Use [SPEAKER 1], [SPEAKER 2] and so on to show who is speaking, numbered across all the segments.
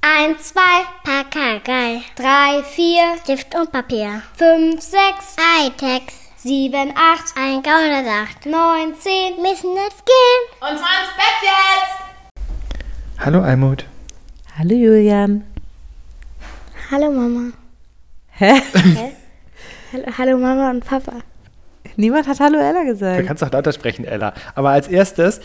[SPEAKER 1] 1, 2, Pakagei.
[SPEAKER 2] 3, 4,
[SPEAKER 1] Stift und Papier.
[SPEAKER 2] 5, 6,
[SPEAKER 1] Hightech.
[SPEAKER 2] 7, 8,
[SPEAKER 1] 1, 108.
[SPEAKER 2] 9, 10.
[SPEAKER 1] Müssen jetzt gehen.
[SPEAKER 3] Und zwar ins Bett jetzt!
[SPEAKER 4] Hallo Almut.
[SPEAKER 5] Hallo Julian.
[SPEAKER 2] Hallo Mama.
[SPEAKER 5] Hä?
[SPEAKER 2] Hallo, hallo Mama und Papa.
[SPEAKER 5] Niemand hat Hallo Ella
[SPEAKER 4] Du
[SPEAKER 5] gesagt.
[SPEAKER 4] kannst doch lauter sprechen, Ella. Aber als erstes,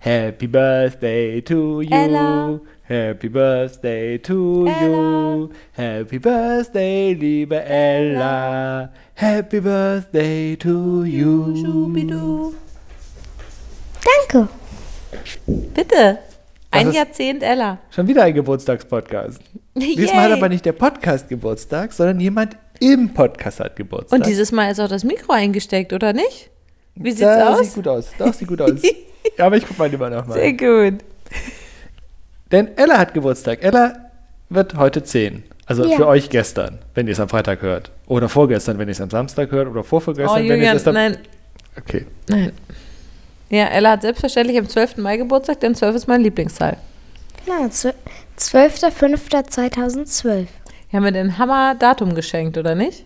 [SPEAKER 4] Happy Birthday to you.
[SPEAKER 5] Ella.
[SPEAKER 4] Happy Birthday to you. Happy Birthday, liebe Ella. Happy Birthday to you.
[SPEAKER 5] Schubidu.
[SPEAKER 2] Danke.
[SPEAKER 5] Bitte. Ein
[SPEAKER 4] ist-
[SPEAKER 5] Jahrzehnt Ella.
[SPEAKER 4] Schon wieder ein Geburtstagspodcast. Diesmal hat aber nicht der Podcast Geburtstag, sondern jemand im Podcast hat Geburtstag.
[SPEAKER 5] Und dieses Mal ist auch das Mikro eingesteckt, oder nicht? Wie sieht's
[SPEAKER 4] da
[SPEAKER 5] aus?
[SPEAKER 4] sieht gut aus. Das sieht gut aus. ja, aber ich guck mal lieber nochmal.
[SPEAKER 5] Sehr gut.
[SPEAKER 4] Denn Ella hat Geburtstag. Ella wird heute 10. Also
[SPEAKER 2] Ja.
[SPEAKER 4] für euch gestern, wenn ihr es am Freitag hört. Oder vorgestern, wenn ihr es am Samstag hört. Oder
[SPEAKER 5] Oh,
[SPEAKER 4] vorvorgestern, wenn ihr
[SPEAKER 5] Julian,
[SPEAKER 4] es am...
[SPEAKER 5] nein,
[SPEAKER 4] Okay.
[SPEAKER 5] nein. Ja, Ella hat selbstverständlich am 12. Mai Geburtstag, denn 12 ist mein Lieblingszahl.
[SPEAKER 2] Genau, zw- 12.05.2012.
[SPEAKER 5] Die haben mir den Hammer-Datum geschenkt, oder nicht?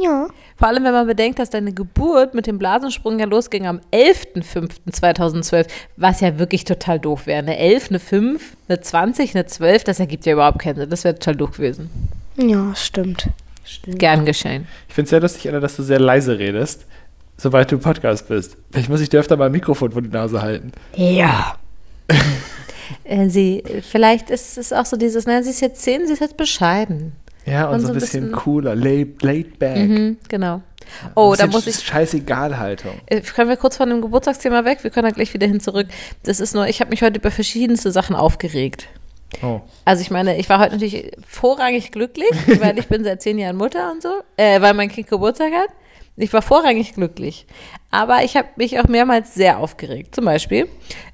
[SPEAKER 2] Ja.
[SPEAKER 5] Vor allem, wenn man bedenkt, dass deine Geburt mit dem Blasensprung ja losging am 11.05.2012, was ja wirklich total doof wäre. ne? Eine 11, eine 5, eine 20, eine 12, ne das ergibt ja überhaupt keinen Sinn. Das wäre total doof gewesen.
[SPEAKER 2] Ja, stimmt.
[SPEAKER 5] Gern geschehen.
[SPEAKER 4] Ich finde es sehr lustig, Ella, dass du sehr leise redest, sobald du im Podcast bist. Vielleicht muss ich dir öfter mal ein Mikrofon vor die Nase halten.
[SPEAKER 2] Ja.
[SPEAKER 5] Äh, sie, vielleicht ist es auch so dieses, naja, sie ist jetzt 10, sie ist jetzt bescheiden.
[SPEAKER 4] Ja, und, so ein bisschen, cooler. Laid, laid back.
[SPEAKER 5] Mhm, genau. Oh, da
[SPEAKER 4] Bisschen
[SPEAKER 5] muss ich
[SPEAKER 4] Scheißegal-Haltung.
[SPEAKER 5] Äh, Können wir kurz von dem Geburtstagsthema weg? Wir können da gleich wieder hin zurück. Das ist nur, ich habe mich heute über verschiedenste Sachen aufgeregt.
[SPEAKER 4] Oh.
[SPEAKER 5] Also ich meine, ich war heute natürlich vorrangig glücklich, weil ich bin seit zehn Jahren Mutter und so, äh, weil mein Kind Geburtstag hat. Ich war vorrangig glücklich. Aber ich habe mich auch mehrmals sehr aufgeregt. Zum Beispiel,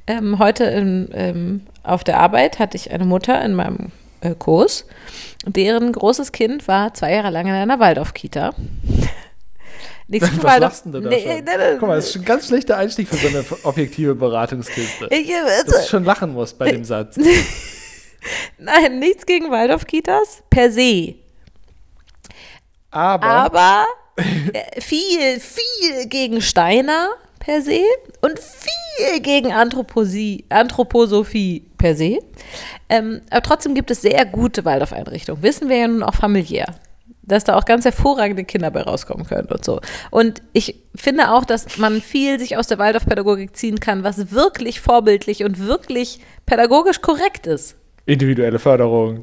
[SPEAKER 5] ähm, heute in, ähm, auf der Arbeit hatte ich eine Mutter in meinem äh, Kurs, deren großes Kind war zwei Jahre lang in einer Waldorf-Kita. Nichts
[SPEAKER 4] Was
[SPEAKER 5] von
[SPEAKER 4] lachst denn du da
[SPEAKER 5] Nee,
[SPEAKER 4] schon?
[SPEAKER 5] nee, nee.
[SPEAKER 4] Guck mal, das ist schon ein ganz schlechter Einstieg für so eine objektive Beratungskiste.
[SPEAKER 5] Ich,
[SPEAKER 4] Dass du schon lachen musst bei dem Satz.
[SPEAKER 5] nein, nichts gegen Waldorf-Kitas per se.
[SPEAKER 4] Aber,
[SPEAKER 5] Aber äh, viel, viel gegen Steiner per se und viel gegen Anthroposie, Anthroposophie per se. Ähm, aber trotzdem gibt es sehr gute Waldorfeinrichtungen. Wissen wir ja nun auch familiär. Dass da auch ganz hervorragende Kinder bei rauskommen können und so. Und ich finde auch, dass man viel sich aus der Waldorfpädagogik ziehen kann, was wirklich vorbildlich und wirklich pädagogisch korrekt ist.
[SPEAKER 4] individuelle Förderung,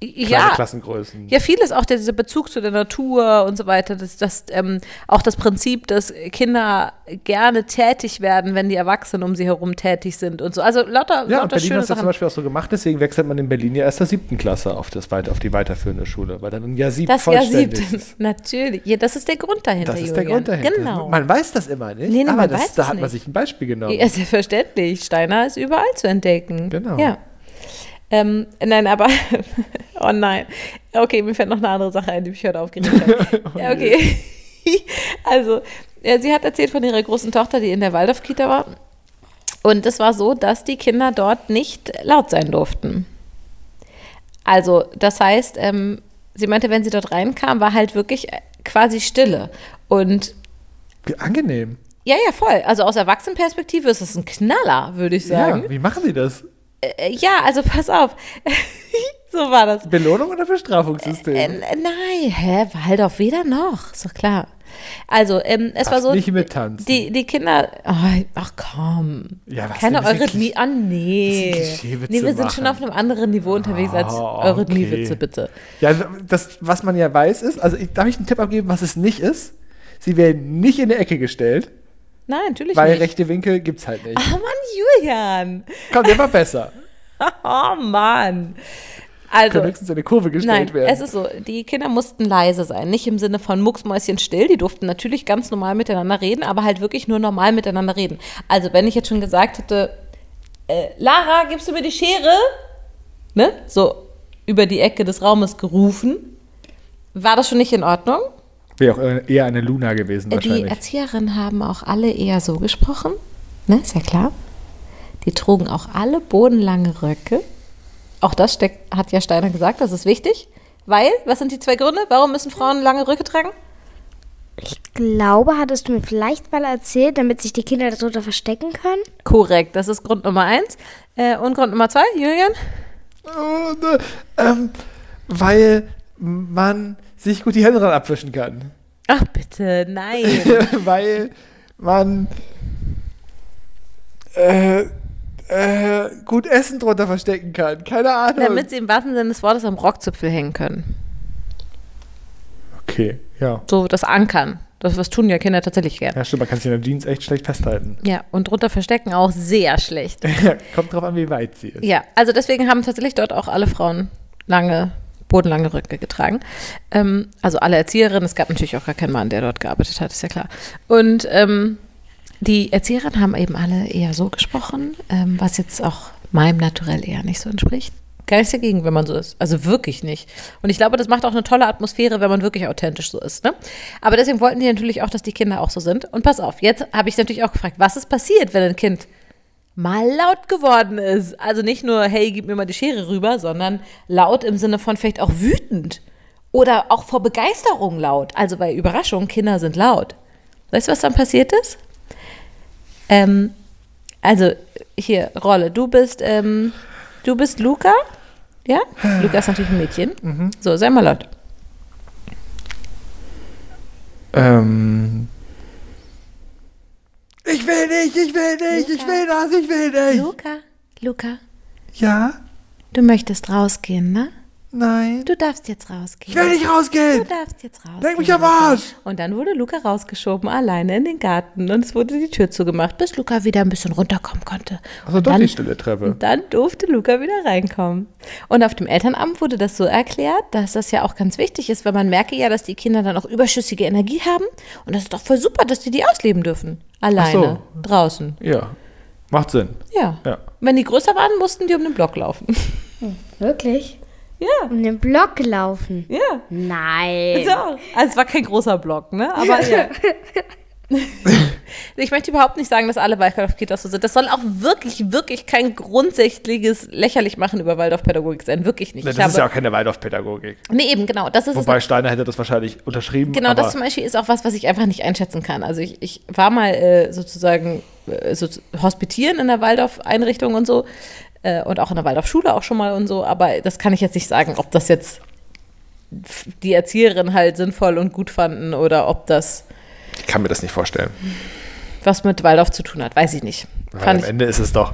[SPEAKER 4] kleine
[SPEAKER 5] Ja,
[SPEAKER 4] Klassengrößen.
[SPEAKER 5] ja, vieles auch der- dieser Bezug zu der Natur und so weiter, dass, dass ähm, auch das Prinzip, dass Kinder gerne tätig werden, wenn die Erwachsenen um sie herum tätig sind und so. Also lauter,
[SPEAKER 4] Ja, und
[SPEAKER 5] lauter
[SPEAKER 4] Berlin
[SPEAKER 5] schöne
[SPEAKER 4] hat das zum
[SPEAKER 5] Sachen.
[SPEAKER 4] Beispiel auch so gemacht, deswegen wechselt man in Berlin ja erst der siebten Klasse auf, das weit, auf die weiterführende Schule, weil dann ein Jahr sieb
[SPEAKER 5] Das Jahr
[SPEAKER 4] vollständig
[SPEAKER 5] siebte.
[SPEAKER 4] ist.
[SPEAKER 5] Natürlich. Ja, das ist der Grund dahinter.
[SPEAKER 4] Das ist der
[SPEAKER 5] Julian.
[SPEAKER 4] Grund dahinter.
[SPEAKER 5] Genau.
[SPEAKER 4] Man weiß das immer nicht,
[SPEAKER 5] Nee, nee,
[SPEAKER 4] aber
[SPEAKER 5] man
[SPEAKER 4] das,
[SPEAKER 5] weiß
[SPEAKER 4] da
[SPEAKER 5] es
[SPEAKER 4] hat man
[SPEAKER 5] nicht.
[SPEAKER 4] sich ein Beispiel genommen.
[SPEAKER 5] Ja, selbstverständlich. Steiner ist überall zu entdecken.
[SPEAKER 4] Genau.
[SPEAKER 5] Ja. Ähm, nein, aber oh nein. Okay, mir fällt noch eine andere Sache ein, die mich heute aufgeregt hat.
[SPEAKER 4] Oh
[SPEAKER 5] Ja, okay. Also, ja, sie hat erzählt von ihrer großen Tochter, die in der Waldorf-Kita war. Und es war so, dass die Kinder dort nicht laut sein durften. Also, das heißt, ähm, sie meinte, wenn sie dort reinkam, war halt wirklich äh, quasi Stille. Und
[SPEAKER 4] Wie angenehm.
[SPEAKER 5] ja, ja, voll. Also aus Erwachsenenperspektive ist es ein Knaller, würde ich sagen.
[SPEAKER 4] Ja, wie machen die das?
[SPEAKER 5] Äh, ja, also pass auf. so war das.
[SPEAKER 4] Belohnung oder Bestrafungssystem?
[SPEAKER 5] Äh, nein, hä? Waldorf weder noch. Ist doch klar. Also, ähm, es
[SPEAKER 4] Darfst
[SPEAKER 5] war so.
[SPEAKER 4] nicht mittanzen.
[SPEAKER 5] Die, die Kinder. Oh, ach komm.
[SPEAKER 4] Ja, was
[SPEAKER 5] Keine
[SPEAKER 4] denn? Das ist ein
[SPEAKER 5] Eurythmie. Ah,
[SPEAKER 4] das
[SPEAKER 5] nee.
[SPEAKER 4] ist ein Klischeewitze
[SPEAKER 5] Nee, wir sind
[SPEAKER 4] machen.
[SPEAKER 5] schon auf einem anderen Niveau unterwegs als
[SPEAKER 4] Oh,
[SPEAKER 5] Eurythmie-Witze,
[SPEAKER 4] okay.
[SPEAKER 5] bitte.
[SPEAKER 4] Ja, das, was man ja weiß ist, also ich, darf ich einen Tipp abgeben, was es nicht ist? Sie werden nicht in der Ecke gestellt,
[SPEAKER 5] Nein, natürlich
[SPEAKER 4] weil
[SPEAKER 5] nicht.
[SPEAKER 4] rechte Winkel gibt's halt nicht.
[SPEAKER 5] Ah, Mann, Julian.
[SPEAKER 4] Komm, der war
[SPEAKER 5] Also,
[SPEAKER 4] besser.
[SPEAKER 5] Oh, Mann. Also,
[SPEAKER 4] Kann höchstens in eine Kurve gestellt
[SPEAKER 5] Nein,
[SPEAKER 4] werden.
[SPEAKER 5] es ist so, die Kinder mussten leise sein, nicht im Sinne von Mucksmäuschen still, die durften natürlich ganz normal miteinander reden, aber halt wirklich nur normal miteinander reden. Also wenn ich jetzt schon gesagt hätte, äh, Lara, gibst du mir die Schere? Ne? So über die Ecke des Raumes gerufen, war das schon nicht in Ordnung?
[SPEAKER 4] Wäre auch äh, eher eine Luna gewesen
[SPEAKER 5] Äh, Die
[SPEAKER 4] wahrscheinlich.
[SPEAKER 5] Erzieherinnen haben auch alle eher so gesprochen, ne? ist ja klar. Die trugen auch alle bodenlange Röcke. Auch das steckt, hat ja Steiner gesagt, das ist wichtig. Weil, was sind die zwei Gründe? Warum müssen Frauen lange Röcke tragen?
[SPEAKER 2] Glaube, hattest du mir vielleicht mal erzählt, damit sich die Kinder darunter verstecken können?
[SPEAKER 5] Korrekt, das ist Grund Nummer eins. Äh, und Grund Nummer zwei, Julian?
[SPEAKER 4] Oh, ne, ähm, weil man sich gut die Hände dran abwischen kann.
[SPEAKER 5] Ach bitte, nein.
[SPEAKER 4] weil man äh, äh, gut Essen drunter verstecken kann. Keine Ahnung.
[SPEAKER 5] Damit sie im wahrsten Sinne des Wortes am Rockzipfel hängen können.
[SPEAKER 4] okay, ja.
[SPEAKER 5] So das Ankern. Das, was tun ja Kinder tatsächlich gern.
[SPEAKER 4] Ja, stimmt, man kann sich in der Jeans echt schlecht festhalten.
[SPEAKER 5] Ja, und drunter verstecken auch sehr schlecht.
[SPEAKER 4] Kommt drauf an, wie weit sie ist.
[SPEAKER 5] Ja, also deswegen haben tatsächlich dort auch alle Frauen lange, bodenlange Röcke getragen. Ähm, also alle Erzieherinnen. Es gab natürlich auch gar keinen Mann, der dort gearbeitet hat, ist ja klar. Und ähm, die Erzieherinnen haben eben alle eher so gesprochen, ähm, was jetzt auch meinem Naturell eher nicht so entspricht. Gar nichts dagegen, wenn man so ist. Also wirklich nicht. Und ich glaube, das macht auch eine tolle Atmosphäre, wenn man wirklich authentisch so ist. Ne? Aber deswegen wollten die natürlich auch, dass die Kinder auch so sind. Und pass auf, jetzt habe ich natürlich auch gefragt, was ist passiert, wenn ein Kind mal laut geworden ist. Also nicht nur, hey, gib mir mal die Schere rüber, sondern laut im Sinne von vielleicht auch wütend oder auch vor Begeisterung laut. Also bei Überraschung, Kinder sind laut. Weißt du, was dann passiert ist? Ähm, also hier, Rolle, du bist, ähm, du bist Luca, ja? Luca ist natürlich ein Mädchen.
[SPEAKER 4] Mhm.
[SPEAKER 5] So, sei mal laut.
[SPEAKER 4] Ähm. Ich will nicht, ich will nicht, ich will das, ich will nicht.
[SPEAKER 5] Luca, Luca,
[SPEAKER 4] Ja?
[SPEAKER 5] du möchtest rausgehen, ne?
[SPEAKER 4] Nein?
[SPEAKER 5] Du darfst jetzt rausgehen.
[SPEAKER 4] Ich will nicht
[SPEAKER 5] Du
[SPEAKER 4] rausgehen!
[SPEAKER 5] darfst jetzt raus.
[SPEAKER 4] Leg mich am Arsch!
[SPEAKER 5] Und dann wurde Luca rausgeschoben, alleine in den Garten. Und es wurde die Tür zugemacht, bis Luca wieder ein bisschen runterkommen konnte.
[SPEAKER 4] Also
[SPEAKER 5] und
[SPEAKER 4] doch
[SPEAKER 5] dann,
[SPEAKER 4] die stille Treppe.
[SPEAKER 5] und dann durfte Luca wieder reinkommen. Und auf dem Elternamt wurde das so erklärt, dass das ja auch ganz wichtig ist, weil man merke ja, dass die Kinder dann auch überschüssige Energie haben. Und das ist doch voll super, dass die die ausleben dürfen. Alleine, draußen.
[SPEAKER 4] Ja. Macht Sinn.
[SPEAKER 5] Ja.
[SPEAKER 4] Ja.
[SPEAKER 5] Wenn die größer waren, mussten die um den Block laufen.
[SPEAKER 2] Wirklich?
[SPEAKER 5] ja,
[SPEAKER 2] Um den Block laufen?
[SPEAKER 5] ja.
[SPEAKER 2] Nein.
[SPEAKER 5] So, also es war kein großer Block, ne? Aber ja. Ich möchte überhaupt nicht sagen, dass alle Waldorf-Kitas so sind. Das soll auch wirklich, wirklich kein grundsätzliches lächerlich machen über Waldorf-Pädagogik sein. Wirklich nicht.
[SPEAKER 4] Das
[SPEAKER 5] Ich
[SPEAKER 4] ist ja
[SPEAKER 5] habe-
[SPEAKER 4] auch keine Waldorfpädagogik.
[SPEAKER 5] nee, eben, genau. Das ist es
[SPEAKER 4] Wobei Steiner hätte das wahrscheinlich unterschrieben.
[SPEAKER 5] Genau,
[SPEAKER 4] aber
[SPEAKER 5] das zum Beispiel ist auch was, was ich einfach nicht einschätzen kann. Also ich, ich war mal äh, sozusagen äh, so hospitieren in der Waldorf-Einrichtung und so äh, und auch in der Waldorf-Schule auch schon mal und so, aber das kann ich jetzt nicht sagen, ob das jetzt f- die Erzieherin halt sinnvoll und gut fanden oder ob das
[SPEAKER 4] Ich kann mir das nicht vorstellen.
[SPEAKER 5] was mit Waldorf zu tun hat, weiß ich nicht.
[SPEAKER 4] Weil am
[SPEAKER 5] Fand ich,
[SPEAKER 4] Ende ist es doch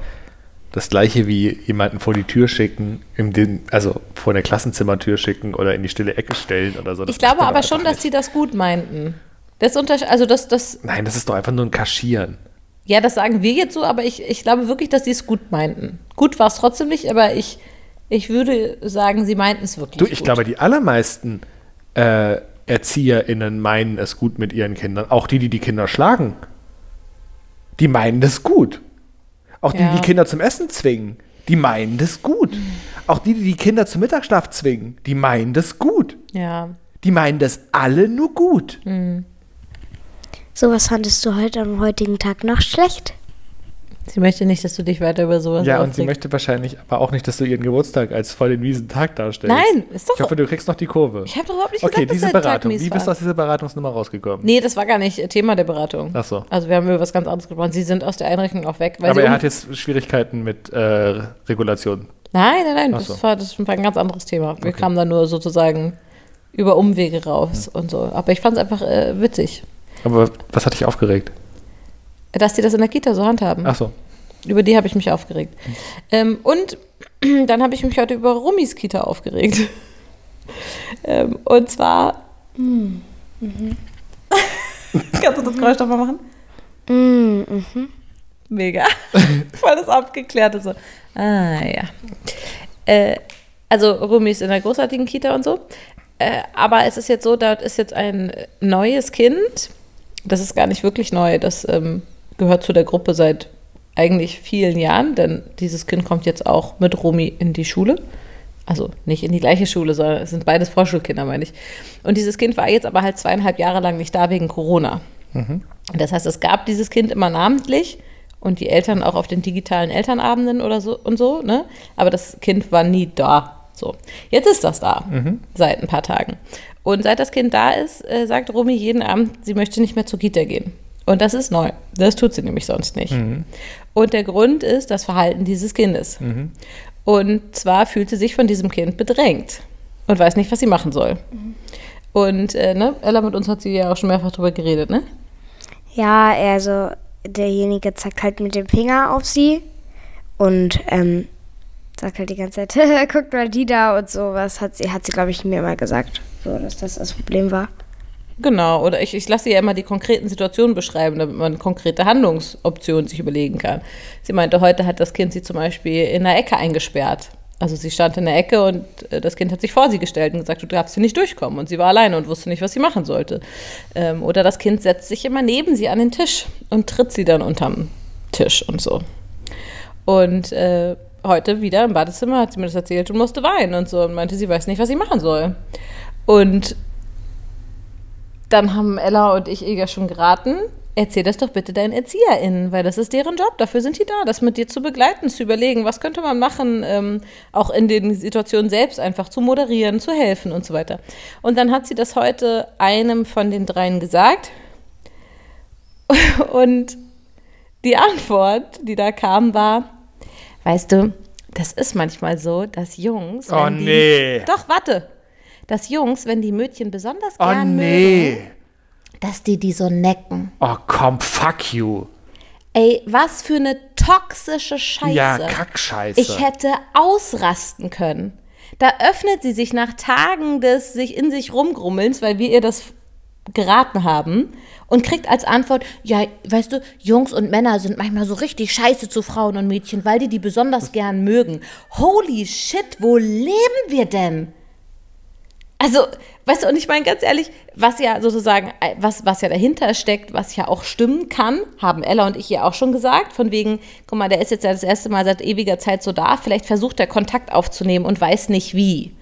[SPEAKER 4] das gleiche wie jemanden vor die Tür schicken, im den, also vor eine Klassenzimmertür schicken oder in die stille Ecke stellen oder so. Das
[SPEAKER 5] ich glaube
[SPEAKER 4] macht man
[SPEAKER 5] aber
[SPEAKER 4] doch
[SPEAKER 5] schon,
[SPEAKER 4] einfach
[SPEAKER 5] dass die das gut meinten. Das unter also das, das,
[SPEAKER 4] nicht. Nein, das ist doch einfach nur ein Kaschieren.
[SPEAKER 5] ja, das sagen wir jetzt so, aber ich, ich glaube wirklich, dass die es gut meinten. Gut war es trotzdem nicht, aber ich, ich würde sagen, sie meinten es wirklich.
[SPEAKER 4] Du, ich
[SPEAKER 5] gut.
[SPEAKER 4] glaube, die allermeisten äh, ErzieherInnen meinen es gut mit ihren Kindern. Auch die, die die Kinder schlagen. Die meinen das gut. Auch die,
[SPEAKER 5] Ja. Mhm.
[SPEAKER 4] die die Kinder zum Essen zwingen. Die meinen das gut. Auch die, die die Kinder zum Mittagsschlaf zwingen. Die meinen das gut.
[SPEAKER 5] Ja.
[SPEAKER 4] Die meinen das alle nur gut.
[SPEAKER 5] Hm.
[SPEAKER 2] So, was fandest du heute am heutigen Tag noch schlecht?
[SPEAKER 5] Sie möchte nicht, dass du dich weiter über sowas
[SPEAKER 4] Ja, und sie
[SPEAKER 5] aufregst.
[SPEAKER 4] möchte wahrscheinlich aber auch nicht, dass du ihren Geburtstag als voll den miesen Tag darstellst.
[SPEAKER 5] Nein, ist doch-
[SPEAKER 4] Ich hoffe, du kriegst noch die Kurve.
[SPEAKER 5] Ich hab doch überhaupt nicht
[SPEAKER 4] okay,
[SPEAKER 5] gesagt, dass
[SPEAKER 4] diese
[SPEAKER 5] der Tag
[SPEAKER 4] Beratung.
[SPEAKER 5] mies
[SPEAKER 4] Wie bist du
[SPEAKER 5] war.
[SPEAKER 4] aus dieser Beratungsnummer rausgekommen?
[SPEAKER 5] Nee, das war gar nicht Thema der Beratung.
[SPEAKER 4] Ach so.
[SPEAKER 5] Also wir haben über was ganz anderes gesprochen. Sie sind aus der Einrichtung auch weg. Weil
[SPEAKER 4] aber
[SPEAKER 5] sie
[SPEAKER 4] er
[SPEAKER 5] um-
[SPEAKER 4] hat jetzt Schwierigkeiten mit äh, Regulation.
[SPEAKER 5] nein, nein, nein,
[SPEAKER 4] Ach
[SPEAKER 5] das,
[SPEAKER 4] so.
[SPEAKER 5] war, das war ein ganz anderes Thema. Wir kamen da nur sozusagen über Umwege raus und so. Aber ich fand es einfach äh, witzig,
[SPEAKER 4] Aber was hat dich aufgeregt?
[SPEAKER 5] Hm. dass die das in der Kita so handhaben.
[SPEAKER 4] Ach so.
[SPEAKER 5] Über die habe ich mich aufgeregt. Ähm, und dann habe ich mich heute über Rummis Kita aufgeregt. ähm, und zwar. Kannst du das Geräusch nochmal machen?
[SPEAKER 2] Mm,
[SPEAKER 5] Mega. Voll das Abgeklärte so. Ah, ja. Äh, also Rumi ist in einer großartigen Kita und so. Äh, aber es ist jetzt so, dort ist jetzt ein neues Kind. Das ist gar nicht wirklich neu. Das ähm, gehört zu der Gruppe seit eigentlich vielen Jahren, denn dieses Kind kommt jetzt auch mit Rumi in die Schule. Also nicht in die gleiche Schule, sondern es sind beides Vorschulkinder, meine ich. Und dieses Kind war jetzt aber halt zweieinhalb Jahre lang nicht da wegen Corona. Das heißt, es gab dieses Kind immer namentlich und die Eltern auch auf den digitalen Elternabenden oder so und so, ne? Aber das Kind war nie da. So. Jetzt ist das da, seit ein paar Tagen. Und seit das Kind da ist, äh, sagt Romy jeden Abend, sie möchte nicht mehr zur Kita gehen. Und das ist neu. Das tut sie nämlich sonst nicht. Und der Grund ist das Verhalten dieses Kindes. Und zwar fühlt sie sich von diesem Kind bedrängt und weiß nicht, was sie machen soll. Und äh, ne, Ella mit uns hat sie ja auch schon mehrfach drüber geredet, ne?
[SPEAKER 2] Ja, also derjenige zeigt halt mit dem Finger auf sie und ähm, sagt halt die ganze Zeit, guck mal die da und sowas. Hat sie, hat sie glaube ich, mir mal gesagt, so, dass das das Problem war.
[SPEAKER 5] Genau, oder ich, ich lasse sie ja immer die konkreten Situationen beschreiben, damit man konkrete Handlungsoptionen sich überlegen kann. Sie meinte, heute hat das Kind sie zum Beispiel in einer Ecke eingesperrt. Also sie stand in der Ecke und äh, das Kind hat sich vor sie gestellt und gesagt, du darfst hier nicht durchkommen. Und sie war alleine und wusste nicht, was sie machen sollte. Ähm, oder das Kind setzt sich immer neben sie an den Tisch und tritt sie dann unterm Tisch und so. Und äh, heute wieder im Badezimmer hat sie mir das erzählt und musste weinen und so und meinte, sie weiß nicht, was sie machen soll. Und dann haben Ella und ich ihr ja schon geraten, erzähl das doch bitte deinen ErzieherInnen, weil das ist deren Job, dafür sind die da, das mit dir zu begleiten, zu überlegen, was könnte man machen, ähm, auch in den Situationen selbst einfach zu moderieren, zu helfen und so weiter. Und dann hat sie das heute einem von den dreien gesagt und die Antwort, die da kam, war, weißt du, das ist manchmal so, dass Jungs,
[SPEAKER 4] Oh,
[SPEAKER 5] wenn die,
[SPEAKER 4] nee.
[SPEAKER 5] doch, warte, dass Jungs, wenn die Mädchen besonders
[SPEAKER 4] Oh
[SPEAKER 5] gern mögen,
[SPEAKER 4] nee.
[SPEAKER 5] dass die die so necken.
[SPEAKER 4] Oh komm, fuck you.
[SPEAKER 5] Ey, was für eine toxische Scheiße.
[SPEAKER 4] Ja, Kackscheiße.
[SPEAKER 5] Ich hätte ausrasten können. Da öffnet sie sich nach Tagen des sich in sich rumgrummelns, weil wir ihr das geraten haben und kriegt als Antwort, ja, weißt du, Jungs und Männer sind manchmal so richtig scheiße zu Frauen und Mädchen, weil die die besonders gern mögen. Holy shit, wo leben wir denn? Also, weißt du, und ich meine ganz ehrlich, was ja sozusagen, äh, was, was ja dahinter steckt, was ja auch stimmen kann, haben Ella und ich ihr auch schon gesagt, von wegen, guck mal, der ist jetzt ja das erste Mal seit ewiger Zeit so da, vielleicht versucht er Kontakt aufzunehmen und weiß nicht wie.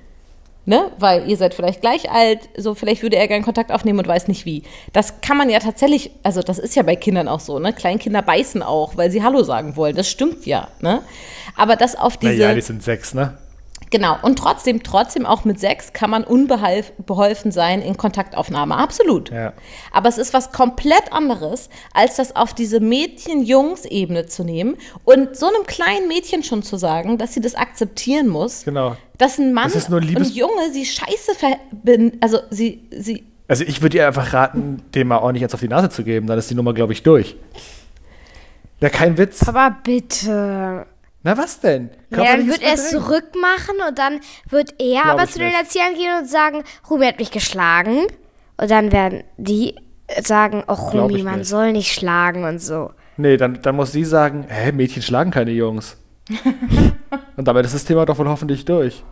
[SPEAKER 5] Ne? Weil ihr seid vielleicht gleich alt, so vielleicht würde er gerne Kontakt aufnehmen und weiß nicht wie. Das kann man ja tatsächlich, also das ist ja bei Kindern auch so, ne? Kleinkinder beißen auch, weil sie Hallo sagen wollen. Das stimmt ja, ne? Aber das auf diese.
[SPEAKER 4] naja, die sind sechs, ne?
[SPEAKER 5] Genau, und trotzdem, trotzdem auch mit sechs kann man unbeholfen sein in Kontaktaufnahme, absolut.
[SPEAKER 4] Ja.
[SPEAKER 5] Aber es ist was komplett anderes, als das auf diese Mädchen-Jungs-Ebene zu nehmen und so einem kleinen Mädchen schon zu sagen, dass sie das akzeptieren muss,
[SPEAKER 4] Genau.
[SPEAKER 5] dass ein Mann
[SPEAKER 4] Das ist nur ein Liebes-
[SPEAKER 5] und Junge sie scheiße ver ben- also sie, sie,
[SPEAKER 4] Also ich würde ihr einfach raten, dem mal ordentlich jetzt auf die Nase zu geben. Dann ist die Nummer, glaube ich, durch. Ja, kein Witz.
[SPEAKER 2] Aber bitte.
[SPEAKER 4] Na was denn?
[SPEAKER 2] Ja, dann wird er es
[SPEAKER 4] Verdrängen.
[SPEAKER 2] zurückmachen und dann wird er aber
[SPEAKER 4] ich
[SPEAKER 2] zu den
[SPEAKER 4] nicht.
[SPEAKER 2] Erziehern gehen und sagen, Rumi hat mich geschlagen. Und dann werden die sagen, oh
[SPEAKER 4] Glaub
[SPEAKER 2] Rumi,
[SPEAKER 4] ich
[SPEAKER 2] man
[SPEAKER 4] nicht.
[SPEAKER 2] soll nicht schlagen und so.
[SPEAKER 4] Nee, dann, dann muss sie sagen, hä, Mädchen schlagen keine Jungs. Und damit ist das Thema doch wohl hoffentlich durch.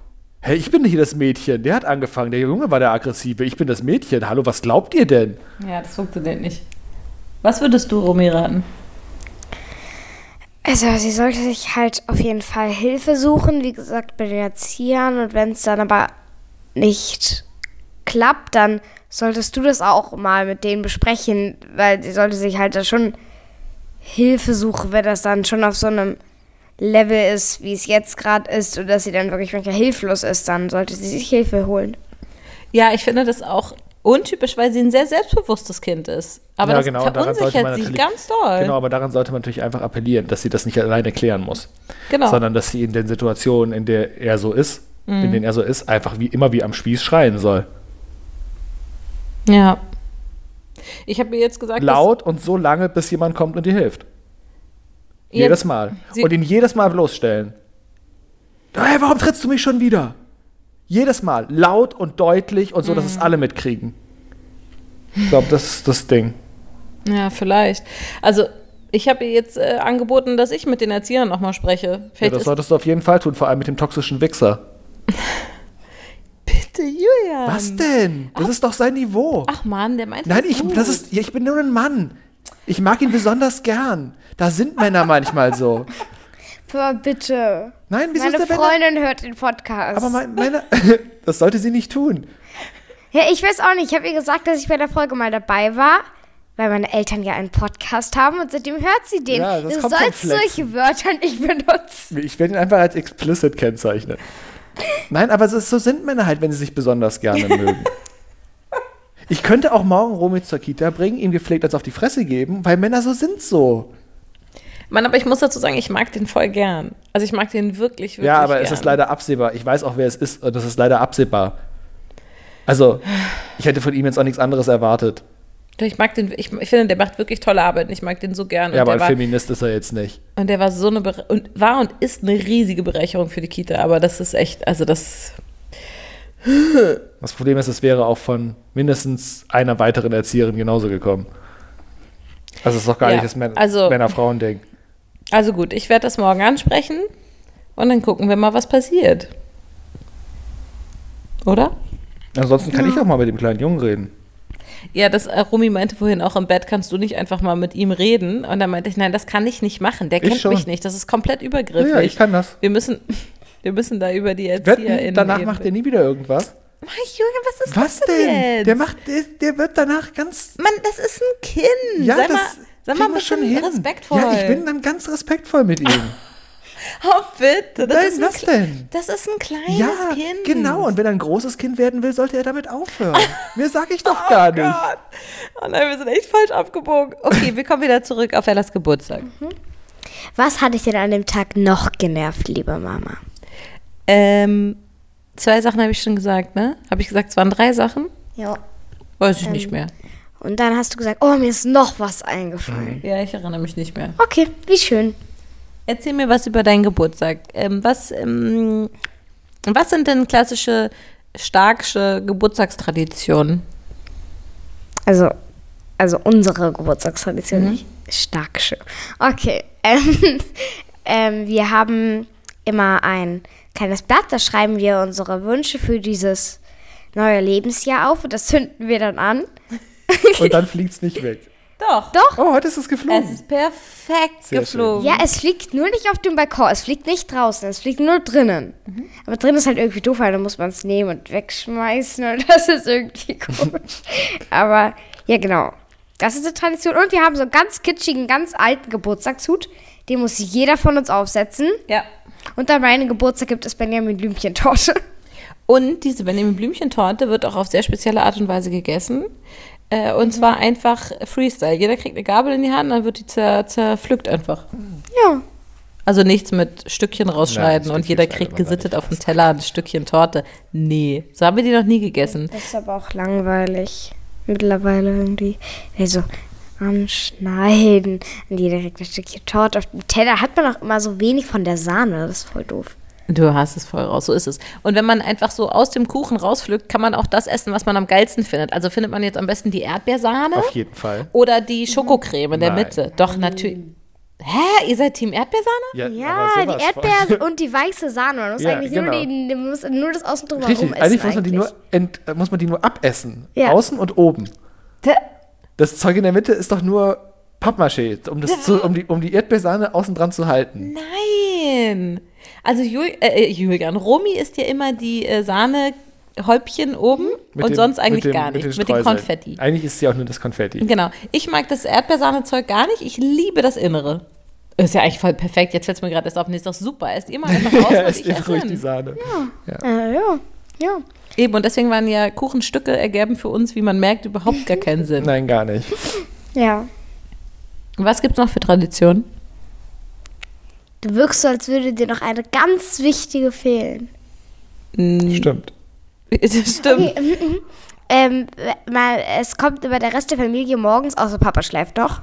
[SPEAKER 4] Hä, ich bin nicht das Mädchen. Der hat angefangen. Der Junge war der Aggressive. Ich bin das Mädchen. Hallo, was glaubt ihr denn?
[SPEAKER 5] ja, das funktioniert nicht. Was würdest du, Romy, raten?
[SPEAKER 2] Also sie sollte sich halt auf jeden Fall Hilfe suchen, wie gesagt, bei den Erziehern. Und wenn es dann aber nicht klappt, dann solltest du das auch mal mit denen besprechen, weil sie sollte sich halt da schon Hilfe suchen, wenn das dann schon auf so einem Level ist, wie es jetzt gerade ist, und dass sie dann wirklich manchmal hilflos ist, dann sollte sie sich Hilfe holen.
[SPEAKER 5] Ja, ich finde das auch untypisch, weil sie ein sehr selbstbewusstes Kind ist. Aber
[SPEAKER 4] ja,
[SPEAKER 5] das
[SPEAKER 4] genau. und daran sollte man
[SPEAKER 5] verunsichert sie
[SPEAKER 4] natürlich-
[SPEAKER 5] ganz doll.
[SPEAKER 4] Genau, aber daran sollte man natürlich einfach appellieren, dass sie das nicht alleine klären muss.
[SPEAKER 5] Genau.
[SPEAKER 4] Sondern dass sie in den Situationen, in der er so ist,
[SPEAKER 5] Mhm.
[SPEAKER 4] in denen er so ist, einfach wie immer wie am Spieß schreien soll.
[SPEAKER 5] Ja. Ich habe mir jetzt gesagt,
[SPEAKER 4] Laut und so lange, bis jemand kommt und dir hilft.
[SPEAKER 5] dass,
[SPEAKER 4] jedes Mal.
[SPEAKER 5] Sie-
[SPEAKER 4] und ihn jedes Mal bloßstellen. Hey, warum trittst du mich schon wieder? Jedes Mal. Laut und deutlich und so, dass es
[SPEAKER 5] Mhm.
[SPEAKER 4] alle mitkriegen. Ich glaube, das ist das Ding.
[SPEAKER 5] Ja, vielleicht. Also ich habe ihr jetzt äh, angeboten, dass ich mit den Erziehern nochmal spreche.
[SPEAKER 4] Ja,
[SPEAKER 5] Vielleicht
[SPEAKER 4] das
[SPEAKER 5] ist
[SPEAKER 4] solltest du auf jeden Fall tun, vor allem mit dem toxischen Wichser.
[SPEAKER 5] bitte Julian.
[SPEAKER 4] Was denn? Das ist doch sein Niveau.
[SPEAKER 5] Ähm, Ach Mann, der meint
[SPEAKER 4] Nein,
[SPEAKER 5] das
[SPEAKER 4] ich,
[SPEAKER 5] gut.
[SPEAKER 4] das ist, ja, ich bin nur ein Mann. Ich mag ihn besonders gern. Da sind Männer manchmal so.
[SPEAKER 2] Aber bitte.
[SPEAKER 4] Nein, wieso
[SPEAKER 2] Meine
[SPEAKER 4] ist der Männer?
[SPEAKER 2] Freundin hört den Podcast.
[SPEAKER 4] Aber mein- Männer, das sollte sie nicht tun.
[SPEAKER 2] Ja, ich weiß auch nicht. Ich habe ihr gesagt, dass ich bei der Folge mal dabei war. Weil meine Eltern ja einen Podcast haben und seitdem hört sie den.
[SPEAKER 4] Ja, das
[SPEAKER 2] du
[SPEAKER 4] kommt vom
[SPEAKER 2] sollst
[SPEAKER 4] Flexen.
[SPEAKER 2] solche Wörter nicht benutzen.
[SPEAKER 4] Ich werde ihn einfach als explicit kennzeichnen. Nein, aber es ist, so sind Männer halt, wenn sie sich besonders gerne mögen. Ich könnte auch morgen Romy zur Kita bringen, ihm gepflegt als auf die Fresse geben, weil Männer so sind so.
[SPEAKER 5] Mann, aber ich muss dazu sagen, ich mag den voll gern. Also ich mag den wirklich, wirklich
[SPEAKER 4] ja, aber
[SPEAKER 5] gern.
[SPEAKER 4] es ist leider absehbar. Ich weiß auch, wer es ist und es ist leider absehbar. Also, ich hätte von ihm jetzt auch nichts anderes erwartet.
[SPEAKER 5] Ich mag den, ich, ich finde, der macht wirklich tolle Arbeit und ich mag den so gern.
[SPEAKER 4] Ja,
[SPEAKER 5] und,
[SPEAKER 4] aber
[SPEAKER 5] der
[SPEAKER 4] ein
[SPEAKER 5] war,
[SPEAKER 4] Feminist ist er jetzt nicht.
[SPEAKER 5] und der war so eine Bere- und war und ist eine riesige Bereicherung für die Kita, aber das ist echt, also das.
[SPEAKER 4] Das Problem ist, es wäre auch von mindestens einer weiteren Erzieherin genauso gekommen. Also, es ist doch gar
[SPEAKER 5] Ja,
[SPEAKER 4] nicht das Män
[SPEAKER 5] also-
[SPEAKER 4] Männer-Frauen-Ding.
[SPEAKER 5] Also gut, ich werde das morgen ansprechen und dann gucken wir mal, was passiert. Oder?
[SPEAKER 4] Ansonsten kann ich auch mal mit dem kleinen Jungen reden.
[SPEAKER 5] Ja, das äh, Rumi meinte vorhin auch im Bett, kannst du nicht einfach mal mit ihm reden? Und dann meinte ich, nein, das kann ich nicht machen. Der
[SPEAKER 4] Ich
[SPEAKER 5] kennt
[SPEAKER 4] schon.
[SPEAKER 5] mich nicht. Das ist komplett übergriffig.
[SPEAKER 4] Ja, ja, ich kann das.
[SPEAKER 5] Wir müssen, wir müssen da über die ErzieherInnen
[SPEAKER 4] Wetten, danach
[SPEAKER 5] reden.
[SPEAKER 4] macht er nie wieder irgendwas.
[SPEAKER 5] Mein Junge, was ist
[SPEAKER 4] Was
[SPEAKER 5] das denn?
[SPEAKER 4] denn?
[SPEAKER 5] Jetzt?
[SPEAKER 4] Der macht, der, der wird danach ganz.
[SPEAKER 5] Mann, das ist ein Kind.
[SPEAKER 4] Ja,
[SPEAKER 5] sei
[SPEAKER 4] das
[SPEAKER 5] mal, sei mal
[SPEAKER 4] kriegen
[SPEAKER 5] ein
[SPEAKER 4] wir schon
[SPEAKER 5] bisschen
[SPEAKER 4] hin.
[SPEAKER 5] respektvoll.
[SPEAKER 4] Ja, ich bin dann ganz respektvoll mit ihm.
[SPEAKER 5] Oh, bitte. Das
[SPEAKER 4] Nein,
[SPEAKER 5] ist ein
[SPEAKER 4] was
[SPEAKER 5] Kle-
[SPEAKER 4] denn?
[SPEAKER 5] Das ist ein kleines
[SPEAKER 4] ja,
[SPEAKER 5] Kind.
[SPEAKER 4] genau. Und wenn er ein großes Kind werden will, sollte er damit aufhören. Mir sage ich doch gar nicht.
[SPEAKER 5] Oh Gott. Oh nein, wir sind echt falsch abgebogen. Okay, wir kommen wieder zurück auf Ellas Geburtstag.
[SPEAKER 2] Was hatte ich denn an dem Tag noch genervt, liebe Mama?
[SPEAKER 5] Ähm, zwei Sachen habe ich schon gesagt, ne? Habe ich gesagt, es waren drei Sachen?
[SPEAKER 2] Ja.
[SPEAKER 5] Weiß ich nicht mehr.
[SPEAKER 2] Und dann hast du gesagt, oh, mir ist noch was eingefallen.
[SPEAKER 4] Mhm.
[SPEAKER 5] Ja, ich erinnere mich nicht mehr.
[SPEAKER 2] Okay, wie schön.
[SPEAKER 5] Erzähl mir was über deinen Geburtstag. Ähm, was, ähm, was sind denn klassische starksche Geburtstagstraditionen?
[SPEAKER 2] Also, also unsere Geburtstagstradition nicht. Stark schön. Okay. Ähm, ähm, wir haben immer ein kleines Blatt, da schreiben wir unsere Wünsche für dieses neue Lebensjahr auf und das zünden wir dann an.
[SPEAKER 4] Und dann fliegt's nicht weg.
[SPEAKER 5] Doch.
[SPEAKER 2] Doch.
[SPEAKER 4] Oh, heute ist es geflogen.
[SPEAKER 5] Es ist perfekt
[SPEAKER 4] Sehr
[SPEAKER 5] geflogen.
[SPEAKER 2] Ja, es fliegt nur nicht auf dem Balkon, es fliegt nicht draußen, es fliegt nur drinnen. Aber drinnen ist halt irgendwie doof, weil dann muss man es nehmen und wegschmeißen und das ist irgendwie komisch. Aber ja, genau. Das ist eine Tradition. Und wir haben so einen ganz kitschigen, ganz alten Geburtstagshut. Den muss jeder von uns aufsetzen.
[SPEAKER 5] Ja.
[SPEAKER 2] Und an meinem Geburtstag gibt es Benjamin Blümchentorte.
[SPEAKER 5] Und diese Benjamin Blümchen-Torte wird auch auf sehr spezielle Art und Weise gegessen. Äh, und zwar einfach Freestyle. Jeder kriegt eine Gabel in die Hand, dann wird die zer zerpflückt einfach.
[SPEAKER 2] Ja.
[SPEAKER 5] Also nichts mit Stückchen rausschneiden
[SPEAKER 4] Nein,
[SPEAKER 5] und jeder
[SPEAKER 4] Stückchen
[SPEAKER 5] kriegt
[SPEAKER 4] schneidet man
[SPEAKER 5] gesittet auf dem Teller ein Stückchen Torte. Nee, so haben wir die noch nie gegessen.
[SPEAKER 2] Das ist aber auch langweilig. Mittlerweile irgendwie. Also, anschneiden. Und jeder kriegt ein Stückchen Torte auf dem Teller. Hat man auch immer so wenig von der Sahne. Das ist voll doof.
[SPEAKER 5] Du hast es voll raus, so ist es. Und wenn man einfach so aus dem Kuchen rausflückt, kann man auch das essen, was man am geilsten findet. Also findet man jetzt am besten die Erdbeersahne
[SPEAKER 4] Auf jeden Fall.
[SPEAKER 5] oder die Schokocreme in der
[SPEAKER 4] Nein.
[SPEAKER 5] Mitte. Doch, natürlich. Hä? Ihr seid Team Erdbeersahne?
[SPEAKER 2] Ja,
[SPEAKER 4] aber
[SPEAKER 2] die
[SPEAKER 4] sowas von.
[SPEAKER 2] Erdbeere und die weiße Sahne. Man muss
[SPEAKER 4] Ja,
[SPEAKER 2] eigentlich
[SPEAKER 4] genau.
[SPEAKER 2] nur, die, die- man muss nur das Außen drumherum
[SPEAKER 4] Richtig,
[SPEAKER 2] essen.
[SPEAKER 4] eigentlich, muss man, die nur ent, äh, muss man die nur abessen.
[SPEAKER 2] Ja.
[SPEAKER 4] Außen und oben.
[SPEAKER 5] Da-
[SPEAKER 4] Das Zeug in der Mitte ist doch nur Pappmaché, um, das zu, um, die, um die Erdbeersahne außen dran zu halten.
[SPEAKER 5] Nein. Also Jul äh, äh, Julian, Romy ist ja immer die äh, Sahnehäubchen oben
[SPEAKER 4] Mhm. Mit
[SPEAKER 5] und
[SPEAKER 4] dem-
[SPEAKER 5] sonst
[SPEAKER 4] mit
[SPEAKER 5] eigentlich
[SPEAKER 4] dem-
[SPEAKER 5] gar nicht. Mit, dem
[SPEAKER 4] Streuseln.
[SPEAKER 5] Konfetti.
[SPEAKER 4] Eigentlich ist sie auch nur das Konfetti.
[SPEAKER 5] Genau. Ich mag das Erdbeersahnezeug gar nicht. Ich liebe das Innere. Ist ja eigentlich voll perfekt. Jetzt fällt es mir gerade erst auf. Nee, ist doch super. Esst ihr mal einfach raus
[SPEAKER 4] ja,
[SPEAKER 5] und
[SPEAKER 4] ist
[SPEAKER 5] ich
[SPEAKER 4] eben
[SPEAKER 5] esse
[SPEAKER 4] ruhig die
[SPEAKER 5] ihn.
[SPEAKER 4] Sahne.
[SPEAKER 2] Äh, ja, ja.
[SPEAKER 5] Eben, und deswegen waren ja Kuchenstücke ergeben für uns, wie man merkt, überhaupt gar keinen Sinn.
[SPEAKER 4] Nein, gar nicht.
[SPEAKER 2] Ja.
[SPEAKER 5] Was gibt's noch für Traditionen?
[SPEAKER 2] Du wirkst so, als würde dir noch eine ganz wichtige fehlen.
[SPEAKER 4] Stimmt.
[SPEAKER 5] Das stimmt.
[SPEAKER 2] Okay, mhm, mhm. ähm, mal, es kommt immer der Rest der Familie morgens, außer Papa schläft doch.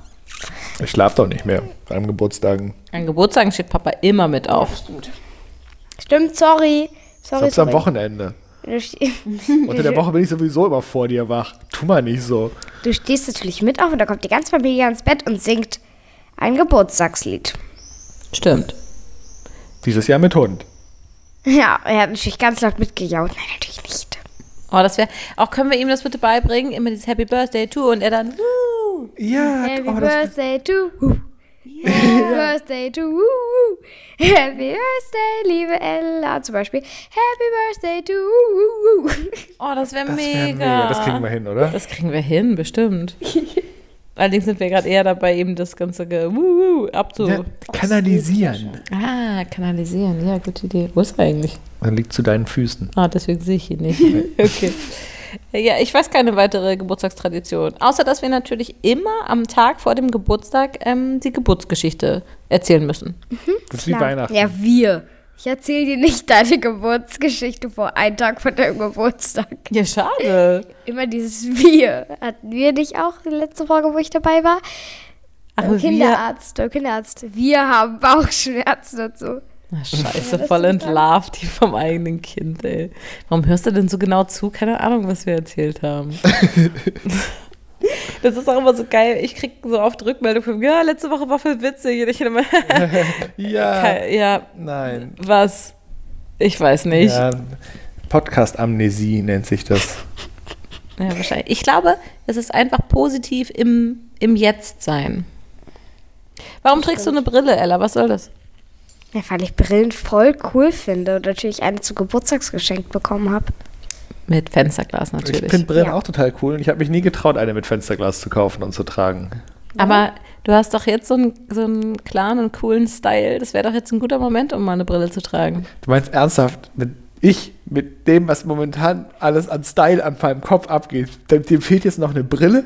[SPEAKER 4] Ich schlafe doch nicht mehr an Geburtstagen.
[SPEAKER 5] An Geburtstagen steht Papa immer mit auf.
[SPEAKER 2] Stimmt, sorry. Sorry,
[SPEAKER 4] Selbst am
[SPEAKER 2] sorry.
[SPEAKER 4] Wochenende.
[SPEAKER 2] Du, ste-
[SPEAKER 4] Unter der Woche bin ich sowieso immer vor dir wach. Tu mal nicht so.
[SPEAKER 2] du stehst natürlich mit auf und da kommt die ganze Familie ans Bett und singt ein Geburtstagslied.
[SPEAKER 5] Stimmt.
[SPEAKER 4] Dieses Jahr mit Hund.
[SPEAKER 2] Ja, er hat natürlich ganz laut mitgejaut. Nein, natürlich nicht.
[SPEAKER 5] Oh, das wäre. Auch können wir ihm das bitte beibringen? Immer dieses Happy Birthday to und er dann. Woo.
[SPEAKER 4] Ja,
[SPEAKER 2] Happy
[SPEAKER 4] oh, das,
[SPEAKER 2] Birthday to you. Happy Birthday to you. Happy Birthday, liebe Ella zum Beispiel. Happy Birthday to you.
[SPEAKER 5] Oh, das wäre
[SPEAKER 4] das wär
[SPEAKER 5] mega.
[SPEAKER 4] mega. Das kriegen wir hin, oder?
[SPEAKER 5] Das kriegen wir hin, bestimmt. Allerdings sind wir gerade eher dabei, eben das Ganze ge- wuhu, abzu.
[SPEAKER 4] Ja, kanalisieren.
[SPEAKER 5] Ah, kanalisieren. Ja, gute Idee. Wo ist er eigentlich?
[SPEAKER 4] Dann liegt zu deinen Füßen.
[SPEAKER 5] Ah, deswegen sehe ich ihn nicht. Okay. Ja, ich weiß keine weitere Geburtstagstradition. Außer, dass wir natürlich immer am Tag vor dem Geburtstag ähm, die Geburtsgeschichte erzählen müssen.
[SPEAKER 4] Das ist wie Weihnachten.
[SPEAKER 2] Ja, wir. Ich erzähle dir nicht deine Geburtsgeschichte vor einem Tag vor deinem Geburtstag.
[SPEAKER 5] Ja, schade.
[SPEAKER 2] Immer dieses Wir. Hatten wir nicht auch die letzte Folge, wo ich dabei war?
[SPEAKER 5] Aber
[SPEAKER 2] Beim Kinderarzt, beim Kinderarzt. Wir haben Bauchschmerzen und so.
[SPEAKER 5] Na, Ah, scheiße, voll entlarvt, die vom eigenen Kind, ey. Warum hörst du denn so genau zu? Keine Ahnung, was wir erzählt haben. Das ist auch immer so geil. Ich krieg so oft Rückmeldung von, ja, letzte Woche war voll witzig. Und ich immer,
[SPEAKER 4] Ja,
[SPEAKER 5] ja,
[SPEAKER 4] nein.
[SPEAKER 5] was? Ich weiß nicht.
[SPEAKER 4] Ja, Podcast-Amnesie nennt sich das.
[SPEAKER 5] Ja, wahrscheinlich. Ich glaube, es ist einfach positiv im, im Jetzt sein. Warum trägst du eine Brille, Ella? Was soll das?
[SPEAKER 2] Ja, weil ich Brillen voll cool finde und natürlich eine zu Geburtstagsgeschenk bekommen habe.
[SPEAKER 5] Mit Fensterglas
[SPEAKER 4] Ich
[SPEAKER 5] natürlich.
[SPEAKER 4] finde Brillen
[SPEAKER 2] Ja.
[SPEAKER 4] auch total cool und ich habe mich nie getraut, eine mit Fensterglas zu kaufen und zu tragen.
[SPEAKER 5] Aber du hast doch jetzt so einen, so einen klaren und coolen Style. Das wäre doch jetzt ein guter Moment, um mal eine Brille zu tragen.
[SPEAKER 4] Du meinst ernsthaft, wenn ich mit dem, was momentan alles an Style an meinem Kopf abgeht, dem, dem fehlt jetzt noch eine Brille?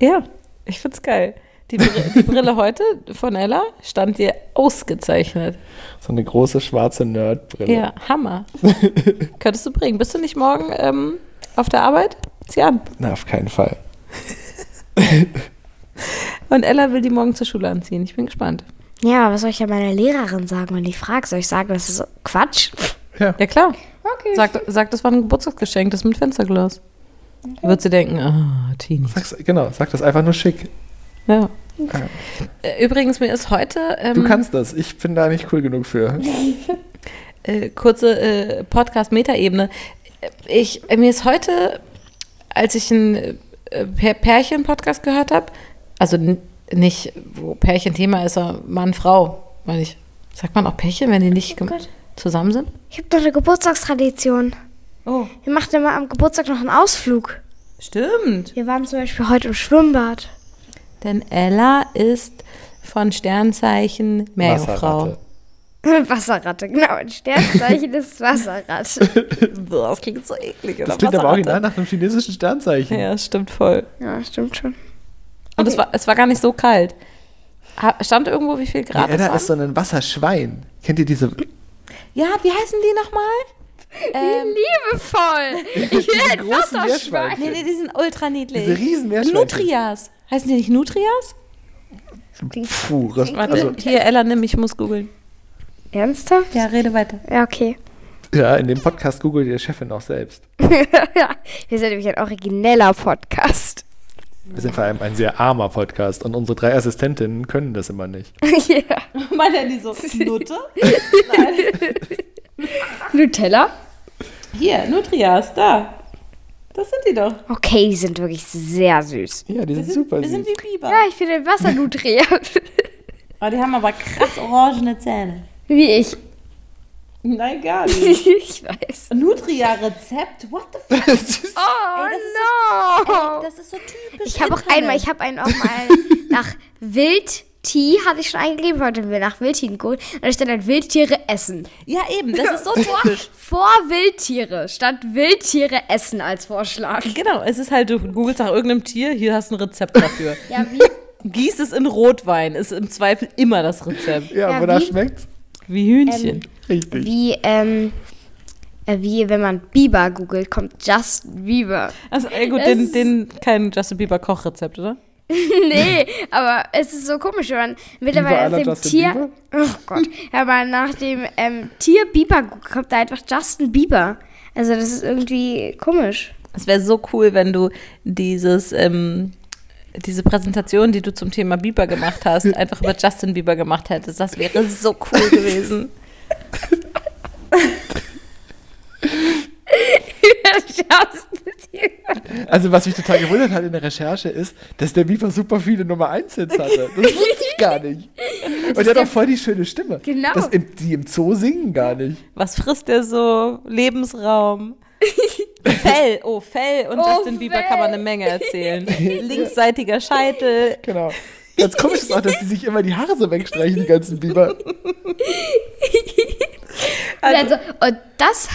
[SPEAKER 5] Ja, ich find's geil. Die, Bri- die Brille heute von Ella stand dir ausgezeichnet.
[SPEAKER 4] So eine große schwarze Nerdbrille.
[SPEAKER 5] Ja, Hammer. Könntest du bringen. Bist du nicht morgen ähm, auf der Arbeit? Zieh an.
[SPEAKER 4] Na, auf keinen Fall.
[SPEAKER 5] Und Ella will die morgen zur Schule anziehen. Ich bin gespannt.
[SPEAKER 2] Ja, was soll ich ja meiner Lehrerin sagen, wenn ich frage? Soll ich sagen, das ist Quatsch?
[SPEAKER 5] Ja, klar. Okay. Sag, sag das war ein Geburtstagsgeschenk, das mit Fensterglas. Wird sie denken, ah, Teenie.
[SPEAKER 4] Sag's, genau, sag das einfach nur schick.
[SPEAKER 5] Ja. Äh, Übrigens, mir ist heute
[SPEAKER 4] Du
[SPEAKER 5] ähm,
[SPEAKER 4] kannst das. Ich bin da nicht cool genug für.
[SPEAKER 5] äh, kurze äh, Podcast-Metaebene. Äh, Ich, äh, mir ist heute, als ich einen äh, Pär- Pärchen-Podcast gehört habe, also n- nicht, wo Pärchen Thema ist, sondern Mann, Frau, meine ich. Sagt man auch Pärchen, wenn die nicht gem- zusammen sind?
[SPEAKER 2] Ich habe doch eine Geburtstagstradition.
[SPEAKER 5] Oh,
[SPEAKER 2] Wir machen immer am Geburtstag noch einen Ausflug.
[SPEAKER 5] stimmt.
[SPEAKER 2] Wir waren zum Beispiel heute im Schwimmbad.
[SPEAKER 5] Denn Ella ist von Sternzeichen Meerjungfrau.
[SPEAKER 4] Wasserratte.
[SPEAKER 2] Wasserratte, genau. Ein Sternzeichen ist Wasserratte.
[SPEAKER 5] Boah, das klingt so eklig.
[SPEAKER 4] Das klingt aber original nach einem chinesischen Sternzeichen.
[SPEAKER 5] Ja, stimmt voll.
[SPEAKER 2] Ja, stimmt schon.
[SPEAKER 5] Und es, war, es war gar nicht so kalt. Ha- Stand irgendwo, wie viel
[SPEAKER 4] Die
[SPEAKER 5] Grad es
[SPEAKER 4] Edda
[SPEAKER 5] waren?
[SPEAKER 4] ist so ein Wasserschwein. Kennt ihr diese
[SPEAKER 5] Ja, wie heißen die nochmal? Ähm,
[SPEAKER 2] Liebevoll. Ich
[SPEAKER 4] diese
[SPEAKER 2] will ein
[SPEAKER 4] großen
[SPEAKER 2] Wasserschwein.
[SPEAKER 5] nee, nee,
[SPEAKER 4] Meerschweinchen?
[SPEAKER 5] die sind ultra niedlich.
[SPEAKER 4] Diese riesen Meerschweinchen.
[SPEAKER 5] Nutrias. Heißen die nicht Nutrias?
[SPEAKER 4] Puh, das, also,
[SPEAKER 5] Hier, Ella, nimm, ich muss googeln.
[SPEAKER 2] Ernsthaft?
[SPEAKER 5] Ja, rede weiter.
[SPEAKER 2] Ja, okay.
[SPEAKER 4] ja, in dem Podcast googelt ihr Chefin auch selbst.
[SPEAKER 2] Wir sind nämlich ein origineller Podcast.
[SPEAKER 4] Wir sind vor allem ein sehr armer Podcast und unsere drei Assistentinnen können das immer nicht.
[SPEAKER 2] ja.
[SPEAKER 5] Meint er die so Nutte?
[SPEAKER 2] Nutella?
[SPEAKER 5] Hier, Nutrias, da. Das sind die doch.
[SPEAKER 2] Okay, die sind wirklich sehr süß.
[SPEAKER 4] Ja, die sind super süß.
[SPEAKER 5] wie Biber.
[SPEAKER 2] Ja, ich bin ein Wassernutria.
[SPEAKER 5] Aber die haben aber krass orangene Zähne.
[SPEAKER 2] Wie ich.
[SPEAKER 5] Na egal.
[SPEAKER 2] ich weiß.
[SPEAKER 5] Nutria-Rezept? What the fuck?
[SPEAKER 2] Oh no!
[SPEAKER 5] Das ist so typisch.
[SPEAKER 2] ich habe auch einmal, ich habe einen auch mal nach Wildtee hatte ich schon eingegeben, wollte wir nach Wildtieren geholt. Und da stand dann Wildtiere essen.
[SPEAKER 5] Ja, eben, das ist so typisch.
[SPEAKER 2] Vor Wildtiere stand Wildtiere essen als Vorschlag.
[SPEAKER 5] genau, es ist halt, du googelst nach irgendeinem Tier, hier hast du ein Rezept dafür.
[SPEAKER 2] Ja, wie?
[SPEAKER 5] Gieß es in Rotwein, ist im Zweifel immer das Rezept.
[SPEAKER 4] Ja,
[SPEAKER 2] Ja,
[SPEAKER 4] wonach
[SPEAKER 2] wie-
[SPEAKER 4] schmeckt's?
[SPEAKER 5] Wie Hühnchen.
[SPEAKER 4] Richtig.
[SPEAKER 2] Wie, ähm, äh, wie wenn man Bieber googelt, kommt Justin Bieber.
[SPEAKER 5] also, ey, gut,
[SPEAKER 2] das
[SPEAKER 5] den,
[SPEAKER 2] ist-
[SPEAKER 5] den kein Justin Bieber Kochrezept, oder?
[SPEAKER 2] Nee, aber es ist so komisch, wenn man mittlerweile
[SPEAKER 4] Überall
[SPEAKER 2] nach dem
[SPEAKER 4] Justin
[SPEAKER 2] Tier.
[SPEAKER 4] Bieber?
[SPEAKER 2] Oh Gott. Wenn man nach dem ähm, Tier Bieber googelt, kommt da einfach Justin Bieber. Also das ist irgendwie komisch.
[SPEAKER 5] Es wäre so cool, wenn du dieses, ähm, diese Präsentation, die du zum Thema Bieber gemacht hast, einfach über Justin Bieber gemacht hättest. Das wäre so cool gewesen.
[SPEAKER 2] Justin Bieber.
[SPEAKER 4] Also, was mich total gewundert hat in der Recherche ist, dass der Bieber super viele Nummer 1 Hits hatte. Das wusste ich gar nicht. Und der hat auch voll die schöne Stimme.
[SPEAKER 2] Genau.
[SPEAKER 4] Das im, die im Zoo singen gar nicht.
[SPEAKER 5] Was frisst der so? Lebensraum. Fell, oh Fell und
[SPEAKER 2] Oh,
[SPEAKER 5] Justin Bieber kann man
[SPEAKER 2] Fell.
[SPEAKER 5] eine Menge erzählen. Linksseitiger Scheitel.
[SPEAKER 4] Genau. Ganz komisch ist auch, dass die sich immer die Haare so wegstreichen, die ganzen Biber.
[SPEAKER 2] Also, und das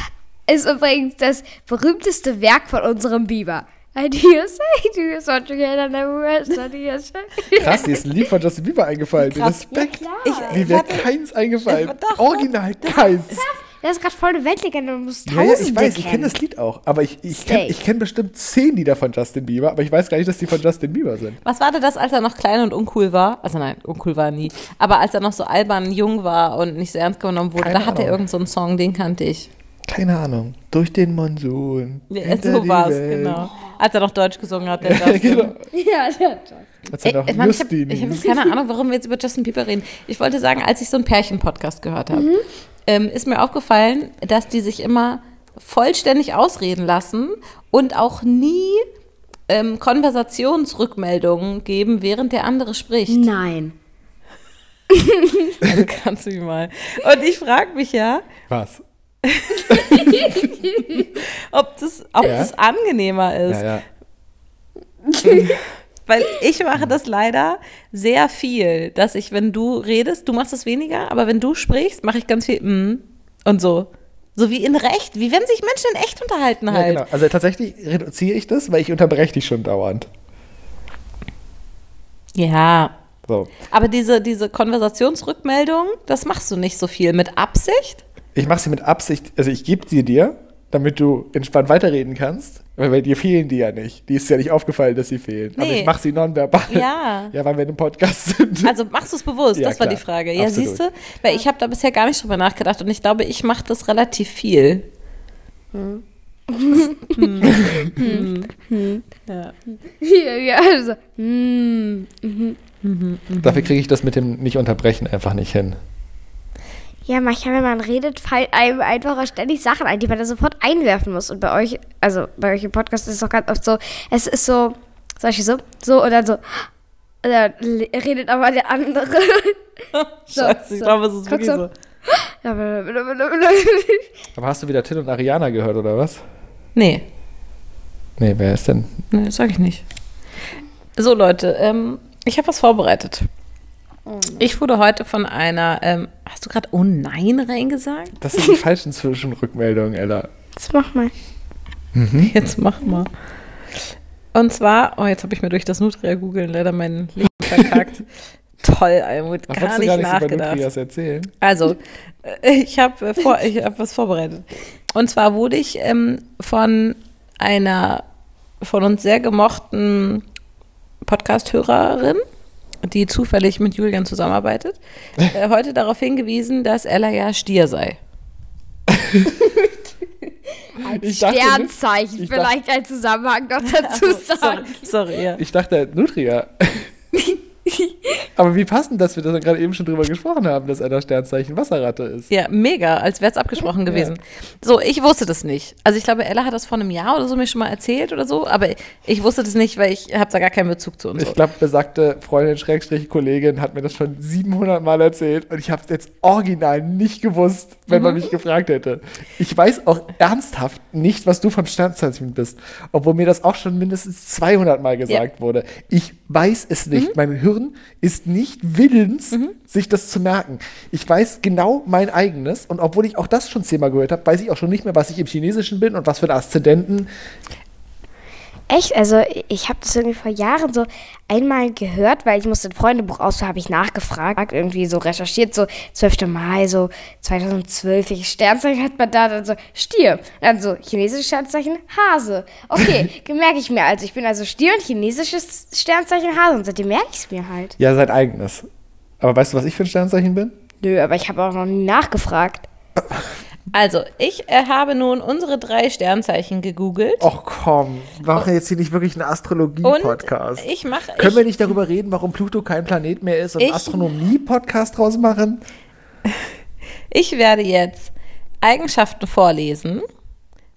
[SPEAKER 2] ist übrigens das berühmteste Werk von unserem Biber. Ideas, ideas, what you get and never rest, ideas.
[SPEAKER 4] Krass, dir ist ein Lied von Justin Bieber eingefallen.
[SPEAKER 5] Krass,
[SPEAKER 4] Respekt.
[SPEAKER 5] ja,
[SPEAKER 4] Ich,
[SPEAKER 5] klar.
[SPEAKER 4] Mir wäre keins eingefallen.
[SPEAKER 5] Ja, doch, doch.
[SPEAKER 4] Original keins.
[SPEAKER 2] Das ist gerade voll eine Weltlegende, man muss
[SPEAKER 4] Ja, ja, ich
[SPEAKER 2] Tausende
[SPEAKER 4] weiß, ich kenne
[SPEAKER 2] kennen.
[SPEAKER 4] das Lied auch. Aber ich, ich kenne
[SPEAKER 2] Safe.
[SPEAKER 4] ich kenn bestimmt zehn Lieder von Justin Bieber, aber ich weiß gar nicht, dass die von Justin Bieber sind.
[SPEAKER 5] Was war denn das, als er noch klein und uncool war? Also nein, uncool war er nie. Aber als er noch so albern jung war und nicht so ernst genommen wurde,
[SPEAKER 4] Keine
[SPEAKER 5] da hatte er
[SPEAKER 4] Ahnung.
[SPEAKER 5] irgendeinen so einen Song, den kannte ich.
[SPEAKER 4] Keine Ahnung. Durch den Monsun.
[SPEAKER 5] Ja,
[SPEAKER 4] hinter
[SPEAKER 5] so
[SPEAKER 4] die
[SPEAKER 5] war es,
[SPEAKER 4] Welt.
[SPEAKER 5] genau. Als er noch Deutsch gesungen hat, der
[SPEAKER 4] Ja,
[SPEAKER 5] das.
[SPEAKER 4] genau.
[SPEAKER 2] Ja, ja, doch.
[SPEAKER 4] Als
[SPEAKER 5] Ey,
[SPEAKER 4] er noch
[SPEAKER 5] Äh, ich meine, ich habe
[SPEAKER 4] Justin
[SPEAKER 5] hab
[SPEAKER 4] hieß.
[SPEAKER 5] jetzt keine Ahnung, warum wir jetzt über Justin Bieber reden. Ich wollte sagen, als ich so einen Pärchen-Podcast gehört habe,
[SPEAKER 4] Mhm.
[SPEAKER 5] ähm, ist mir aufgefallen, dass die sich immer vollständig ausreden lassen und auch nie ähm, Konversationsrückmeldungen geben, während der andere spricht.
[SPEAKER 2] Nein.
[SPEAKER 5] Kannst du mich mal. Und ich frage mich ja,
[SPEAKER 4] Was?
[SPEAKER 5] ob das, ob
[SPEAKER 4] Ja.
[SPEAKER 5] das angenehmer ist.
[SPEAKER 4] Ja, ja.
[SPEAKER 5] Weil ich mache das leider sehr viel, dass ich, wenn du redest, du machst es weniger, aber wenn du sprichst, mache ich ganz viel mm und so. So wie in Recht, wie wenn sich Menschen in echt unterhalten
[SPEAKER 4] ja
[SPEAKER 5] halt.
[SPEAKER 4] genau. Also tatsächlich reduziere ich das, weil ich unterbreche dich schon dauernd.
[SPEAKER 5] Ja.
[SPEAKER 4] So.
[SPEAKER 5] Aber diese, diese Konversationsrückmeldung, das machst du nicht so viel mit Absicht.
[SPEAKER 4] Ich mache sie mit Absicht, also ich gebe sie dir, damit du entspannt weiterreden kannst, weil bei dir fehlen die ja nicht. Die ist ja nicht aufgefallen, dass sie fehlen. Aber
[SPEAKER 5] Nee.
[SPEAKER 4] ich mache sie nonverbal.
[SPEAKER 5] Ja.
[SPEAKER 4] Ja, weil wir in einem Podcast sind.
[SPEAKER 5] Also machst du es bewusst,
[SPEAKER 4] Ja,
[SPEAKER 5] das war
[SPEAKER 4] klar.
[SPEAKER 5] die Frage. Ja,
[SPEAKER 4] Absolut.
[SPEAKER 5] siehst du, weil ich habe da bisher gar nicht drüber nachgedacht und ich glaube, ich mache das relativ viel.
[SPEAKER 2] Ja, ja, also, hm.
[SPEAKER 4] Dafür kriege ich das mit dem Nicht-Unterbrechen einfach nicht hin.
[SPEAKER 2] Ja, manchmal, wenn man redet, fallen einem einfach ständig Sachen ein, die man da sofort einwerfen muss. Und bei euch, also bei euch im Podcast ist es doch ganz oft so, es ist so, zum Beispiel so, so und dann so, und dann le- redet aber der andere.
[SPEAKER 5] Scheiße, ich
[SPEAKER 2] so.
[SPEAKER 5] glaube, es ist
[SPEAKER 2] Guck
[SPEAKER 5] wirklich
[SPEAKER 2] so.
[SPEAKER 5] so.
[SPEAKER 4] Aber hast du wieder Till und Ariana gehört, oder was?
[SPEAKER 5] Nee.
[SPEAKER 4] Nee, wer ist denn?
[SPEAKER 5] Nee, das sag ich nicht. So, Leute, ähm, ich habe was vorbereitet. Ich wurde heute von einer, ähm, hast du gerade Oh Nein reingesagt?
[SPEAKER 4] Das sind die falschen Zwischenrückmeldungen, Ella.
[SPEAKER 2] Jetzt mach mal.
[SPEAKER 5] Jetzt mach mal. Und zwar, oh, jetzt habe ich mir durch das Nutria googeln leider mein Leben verkackt. Toll, Almut,
[SPEAKER 4] Ach,
[SPEAKER 5] gar
[SPEAKER 4] wolltest du
[SPEAKER 5] nicht
[SPEAKER 4] über
[SPEAKER 5] nachgedacht.
[SPEAKER 4] Nutrias erzählen?
[SPEAKER 5] Also, äh, ich habe äh, vor, ich hab was vorbereitet. Und zwar wurde ich ähm, von einer von uns sehr gemochten Podcast-Hörerin, die zufällig mit Julian zusammenarbeitet, äh, heute darauf hingewiesen, dass Ella ja Stier sei.
[SPEAKER 4] Ich
[SPEAKER 2] Sternzeichen,
[SPEAKER 4] ich dachte-
[SPEAKER 2] vielleicht ein Zusammenhang noch dazu
[SPEAKER 5] Sorry,
[SPEAKER 2] sagen.
[SPEAKER 5] sorry ja.
[SPEAKER 4] Ich dachte, Nutria. Aber wie passend, dass wir das gerade eben schon drüber gesprochen haben, dass Ella Sternzeichen Wasserratte ist.
[SPEAKER 5] Ja, mega, als wäre es abgesprochen gewesen. So, ich wusste das nicht. Also ich glaube, Ella hat das vor einem Jahr oder so mir schon mal erzählt oder so, aber ich wusste das nicht, weil ich habe da gar keinen Bezug zu und so.
[SPEAKER 4] Ich glaube, besagte Freundin, Schrägstrich, Kollegin hat mir das schon 700 Mal erzählt und ich habe es jetzt original nicht gewusst, wenn man mich gefragt hätte. Ich weiß auch ernsthaft nicht, was du vom Sternzeichen bist, obwohl mir das auch schon mindestens 200 Mal gesagt wurde. Ich weiß es nicht. Mein Hirn ist nicht willens, sich das zu merken. Ich weiß genau mein eigenes und obwohl ich auch das schon zehnmal gehört habe, weiß ich auch schon nicht mehr, was ich im Chinesischen bin und was für einen Aszendenten.
[SPEAKER 2] Echt? Also ich habe das irgendwie vor Jahren so einmal gehört, weil ich musste ein Freundebuch ausfüllen, habe ich nachgefragt, irgendwie so recherchiert, so 12. Mai, so 2012, welches Sternzeichen hat man da? Dann so Stier. Dann so chinesisches Sternzeichen Hase. Okay, merke ich mir also. Ich bin also Stier und chinesisches Sternzeichen Hase und seitdem merke ich es mir halt.
[SPEAKER 4] Ja, sein eigenes. Aber weißt du, was ich für ein Sternzeichen bin?
[SPEAKER 2] Nö, aber ich habe auch noch nie nachgefragt.
[SPEAKER 5] Also, ich äh, habe nun unsere drei Sternzeichen gegoogelt.
[SPEAKER 4] Och komm, warum jetzt hier nicht wirklich ein
[SPEAKER 5] Und
[SPEAKER 4] Astrologie-Podcast?
[SPEAKER 5] ich mache.
[SPEAKER 4] Können wir
[SPEAKER 5] ich-
[SPEAKER 4] nicht darüber reden, warum Pluto kein Planet mehr ist und
[SPEAKER 5] Ich-
[SPEAKER 4] einen Astronomie-Podcast draus machen?
[SPEAKER 5] Ich werde jetzt Eigenschaften vorlesen.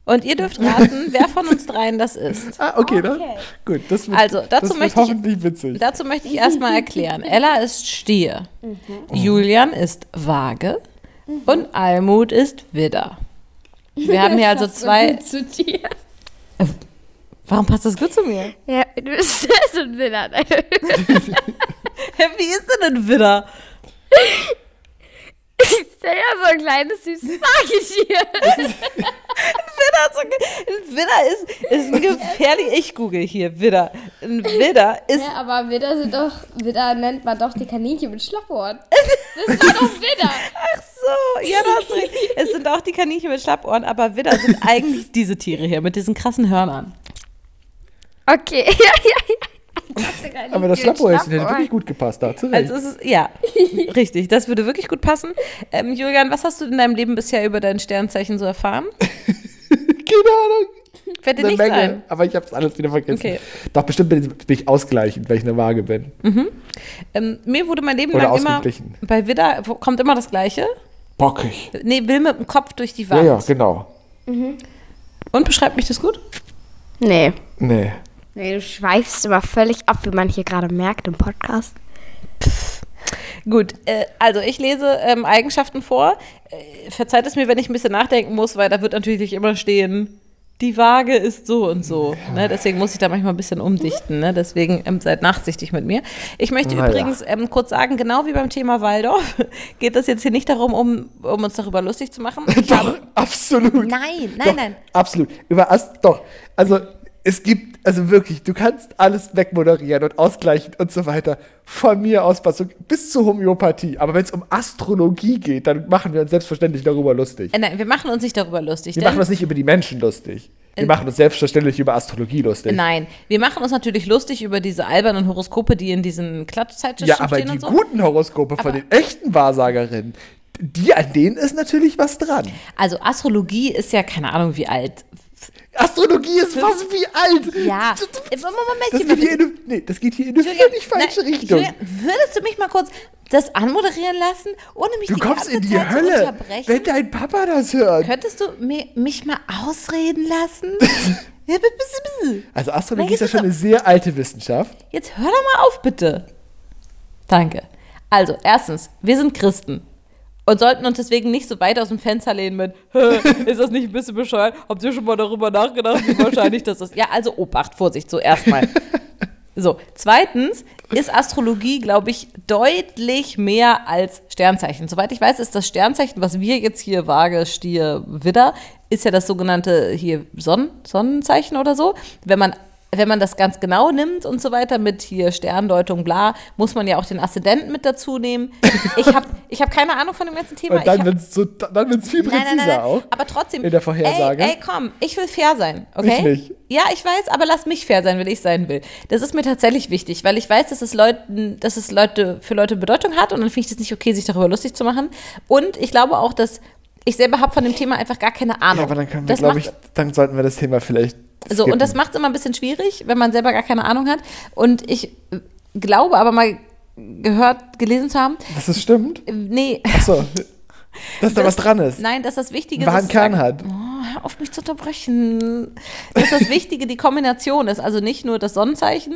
[SPEAKER 5] Und ihr dürft raten, wer von uns dreien das ist.
[SPEAKER 4] Ah, okay, dann. Gut, das wird,
[SPEAKER 5] Also, dazu
[SPEAKER 4] das wird
[SPEAKER 5] möchte ich-
[SPEAKER 4] hoffentlich witzig.
[SPEAKER 5] Dazu möchte ich erstmal erklären. Ella ist Stier. Mhm. Julian ist Waage. Mhm. Und Almut ist Widder. Wir haben hier also zwei. Äh,
[SPEAKER 2] Zu dir.
[SPEAKER 5] Warum passt das gut zu mir?
[SPEAKER 2] Ja, du bist so ein Winner.
[SPEAKER 5] Hä, Wie ist denn ein Widder?
[SPEAKER 2] ist ja so ein kleines süßes Fahrgeschirr.
[SPEAKER 5] Widder, ist ein, ein Widder ist, ist ein gefährlich. Ich google hier Widder. Ein Widder ist.
[SPEAKER 6] Ja, aber Widder sind doch, Widder nennt man doch die Kaninchen mit Schlappohren. Das ist doch Widder.
[SPEAKER 5] Ach so, ja, du hast recht. Es sind auch die Kaninchen mit Schlappohren, aber Widder sind eigentlich diese Tiere hier mit diesen krassen Hörnern.
[SPEAKER 2] okay. Ja, ja,
[SPEAKER 4] Aber das Schlappohäschen hätte wirklich gut gepasst, da zu
[SPEAKER 5] Also es ist, ja, richtig. Das würde wirklich gut passen. Ähm, Julian, was hast du in deinem Leben bisher über dein Sternzeichen so erfahren?
[SPEAKER 4] Keine Ahnung.
[SPEAKER 5] Werde nicht sein.
[SPEAKER 4] aber ich hab's alles wieder vergessen.
[SPEAKER 5] Okay.
[SPEAKER 4] Doch, bestimmt bin, bin ich ausgleichend, weil ich eine Waage bin.
[SPEAKER 5] Ähm, mir wurde mein Leben
[SPEAKER 4] Oder
[SPEAKER 5] lang immer,
[SPEAKER 4] ausgeglichen.
[SPEAKER 5] bei Widder wo- kommt immer das Gleiche.
[SPEAKER 4] Bockig.
[SPEAKER 5] Nee, will mit dem Kopf durch die
[SPEAKER 4] Ja,
[SPEAKER 5] Wand.
[SPEAKER 4] ja, genau.
[SPEAKER 5] Und beschreibt mich das gut?
[SPEAKER 2] Nee.
[SPEAKER 4] Nee.
[SPEAKER 2] Nee, du schweifst immer völlig ab, wie man hier gerade merkt im Podcast.
[SPEAKER 5] Gut, äh, also ich lese ähm, Eigenschaften vor. Äh, verzeiht es mir, wenn ich ein bisschen nachdenken muss, weil da wird natürlich immer stehen, die Waage ist so und so. Ne? Deswegen muss ich da manchmal ein bisschen umdichten. Ne? Deswegen ähm, seid nachsichtig mit mir. Ich möchte
[SPEAKER 4] Na ja.
[SPEAKER 5] übrigens ähm, kurz sagen, genau wie beim Thema Waldorf, geht das jetzt hier nicht darum, um, um uns darüber lustig zu machen. Ich
[SPEAKER 4] Doch, absolut.
[SPEAKER 5] Nein, nein,
[SPEAKER 4] doch,
[SPEAKER 5] nein.
[SPEAKER 4] Absolut. Über Ast, doch. Also, es gibt, also wirklich, du kannst alles wegmoderieren und ausgleichen und so weiter. Von mir aus was so- bis zur Homöopathie. Aber wenn es um Astrologie geht, dann machen wir uns selbstverständlich darüber lustig.
[SPEAKER 5] Äh, Nein, wir machen uns nicht darüber lustig.
[SPEAKER 4] Wir
[SPEAKER 5] denn-
[SPEAKER 4] machen uns nicht über die Menschen lustig. Wir
[SPEAKER 5] Äh,
[SPEAKER 4] machen uns selbstverständlich über Astrologie lustig.
[SPEAKER 5] Nein, wir machen uns natürlich lustig über diese albernen Horoskope, die in diesen Klatschzeitschriften
[SPEAKER 4] Ja, aber
[SPEAKER 5] stehen
[SPEAKER 4] die
[SPEAKER 5] und so.
[SPEAKER 4] guten Horoskope von
[SPEAKER 5] Aber-
[SPEAKER 4] den echten Wahrsagerinnen, die an denen ist natürlich was dran.
[SPEAKER 5] Also Astrologie ist ja keine Ahnung wie alt.
[SPEAKER 4] Astrologie ist was wie alt.
[SPEAKER 5] Ja. äh,
[SPEAKER 4] Das- das-
[SPEAKER 5] Im Moment,
[SPEAKER 4] Das geht, hier in eine, nee, das geht hier in eine völlig falsche
[SPEAKER 5] Nein,
[SPEAKER 4] Richtung.
[SPEAKER 5] Julian, würdest du mich mal kurz das anmoderieren lassen, ohne mich
[SPEAKER 4] Du
[SPEAKER 5] die
[SPEAKER 4] kommst
[SPEAKER 5] ganze
[SPEAKER 4] in die
[SPEAKER 5] Zeit zu
[SPEAKER 4] Hölle,
[SPEAKER 5] unterbrechen?
[SPEAKER 4] wenn dein Papa das hört.
[SPEAKER 5] Könntest du mir, mich mal ausreden lassen? ja, bi- bi- bi- bi.
[SPEAKER 4] Also
[SPEAKER 5] Nein,
[SPEAKER 4] Astrologie ist ja
[SPEAKER 5] das ist
[SPEAKER 4] schon
[SPEAKER 5] doch-
[SPEAKER 4] eine sehr alte Wissenschaft.
[SPEAKER 5] Jetzt hör doch mal auf, bitte. Danke. Also, erstens, wir sind Christen. Und sollten uns deswegen nicht so weit aus dem Fenster lehnen mit, "Hä, ist das nicht ein bisschen bescheuert? Habt ihr schon mal darüber nachgedacht, wie wahrscheinlich das ist? Ja, also Obacht, Vorsicht, so erstmal. So, zweitens ist Astrologie, glaube ich, deutlich mehr als Sternzeichen. Soweit ich weiß, ist das Sternzeichen, was wir jetzt hier Waage, Stier, Widder, ist ja das sogenannte hier Sonn Sonnenzeichen oder so. Wenn man wenn man das ganz genau nimmt und so weiter mit hier Sterndeutung, bla, muss man ja auch den Aszendenten mit dazu nehmen. Ich habe ich hab keine Ahnung von dem ganzen Thema.
[SPEAKER 4] Und
[SPEAKER 5] ich
[SPEAKER 4] Äh, dann
[SPEAKER 5] hab-
[SPEAKER 4] wird es so, dann wird's viel präziser auch.
[SPEAKER 5] aber trotzdem.
[SPEAKER 4] in der Vorhersage.
[SPEAKER 5] Ey, ey, komm, ich will fair sein, okay?
[SPEAKER 4] Ich nicht.
[SPEAKER 5] Ja, ich weiß, aber lass mich fair sein, wenn ich sein will. Das ist mir tatsächlich wichtig, weil ich weiß, dass es Leuten, dass es Leute für Leute Bedeutung hat und dann finde ich das nicht okay, sich darüber lustig zu machen. Und ich glaube auch, dass ich selber habe von dem Thema einfach gar keine Ahnung.
[SPEAKER 4] Ja, aber dann können wir,
[SPEAKER 5] Das
[SPEAKER 4] glaube
[SPEAKER 5] macht-
[SPEAKER 4] ich, dann sollten wir das Thema vielleicht.
[SPEAKER 5] so,
[SPEAKER 4] skippen.
[SPEAKER 5] und das macht es immer ein bisschen schwierig, wenn man selber gar keine Ahnung hat. Und ich äh, glaube aber mal gehört, gelesen zu haben,
[SPEAKER 4] Das ist stimmt.
[SPEAKER 5] äh, nee.
[SPEAKER 4] Achso. Dass da was dran ist.
[SPEAKER 5] Nein, dass das Wichtige
[SPEAKER 4] Einen wahren
[SPEAKER 5] sozusagen-
[SPEAKER 4] Kern hat.
[SPEAKER 5] Oh, hör auf mich zu unterbrechen. Dass das Wichtige die Kombination ist, also nicht nur das Sonnenzeichen,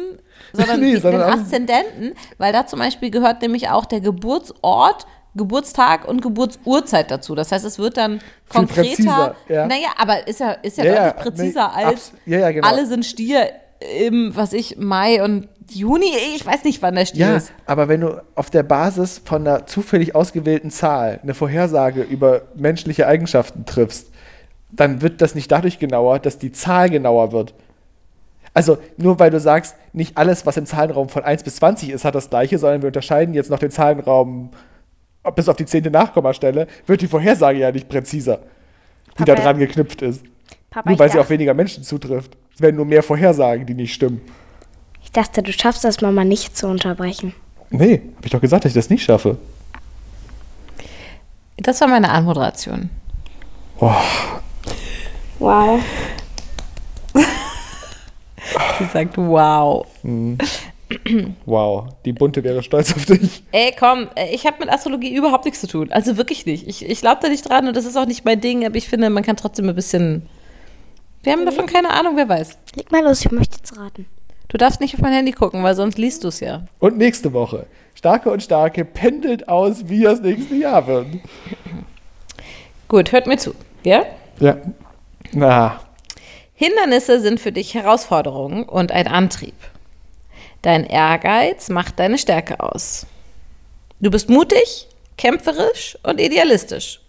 [SPEAKER 5] sondern,
[SPEAKER 4] Nee,
[SPEAKER 5] die,
[SPEAKER 4] sondern auch-
[SPEAKER 5] den Aszendenten, weil da zum Beispiel gehört nämlich auch der Geburtsort, Geburtstag und Geburtsurzeit dazu. Das heißt, es wird dann konkreter.
[SPEAKER 4] präziser, ja.
[SPEAKER 5] Naja, aber ist ja, ist ja,
[SPEAKER 4] Ja, ja,
[SPEAKER 5] deutlich präziser
[SPEAKER 4] nee,
[SPEAKER 5] als
[SPEAKER 4] abs- ja, ja, genau.
[SPEAKER 5] alle sind Stier im, was ich, Mai und Juni. Ich weiß nicht, wann der Stier
[SPEAKER 4] Ja,
[SPEAKER 5] ist.
[SPEAKER 4] aber wenn du auf der Basis von einer zufällig ausgewählten Zahl eine Vorhersage über menschliche Eigenschaften triffst, dann wird das nicht dadurch genauer, dass die Zahl genauer wird. Also nur weil du sagst, nicht alles, was im Zahlenraum von 1 bis 20 ist, hat das gleiche, sondern wir unterscheiden jetzt noch den Zahlenraum bis auf die zehnte Nachkommastelle, wird die Vorhersage ja nicht präziser, die da
[SPEAKER 2] Papa-
[SPEAKER 4] dran geknüpft ist.
[SPEAKER 2] Papa,
[SPEAKER 4] Nur weil
[SPEAKER 2] ich,
[SPEAKER 4] sie
[SPEAKER 2] dach,
[SPEAKER 4] auf weniger Menschen zutrifft. Es werden nur mehr Vorhersagen, die nicht stimmen.
[SPEAKER 2] ich dachte, du schaffst das, Mama nicht zu unterbrechen.
[SPEAKER 4] Nee, hab ich doch gesagt, dass ich das nicht schaffe.
[SPEAKER 5] Das war meine Anmoderation.
[SPEAKER 2] Wow.
[SPEAKER 5] Sie sagt, wow.
[SPEAKER 4] Wow, die Bunte wäre stolz auf dich.
[SPEAKER 5] Ey, komm, äh, ich habe mit Astrologie überhaupt nichts zu tun. Also wirklich nicht. Ich, ich glaube da nicht dran und das ist auch nicht mein Ding, aber ich finde, man kann trotzdem ein bisschen. Wir haben davon keine Ahnung, wer weiß.
[SPEAKER 2] Leg mal los, ich möchte jetzt raten.
[SPEAKER 5] Du darfst nicht auf mein Handy gucken, weil sonst liest du es ja.
[SPEAKER 4] Und nächste Woche. Starke und Starke pendelt aus, wie das nächste Jahr wird.
[SPEAKER 5] Gut, hört mir zu. Ja?
[SPEAKER 4] Ja. Na,
[SPEAKER 5] Hindernisse sind für dich Herausforderungen und ein Antrieb. Dein Ehrgeiz macht deine Stärke aus. Du bist mutig, kämpferisch und idealistisch.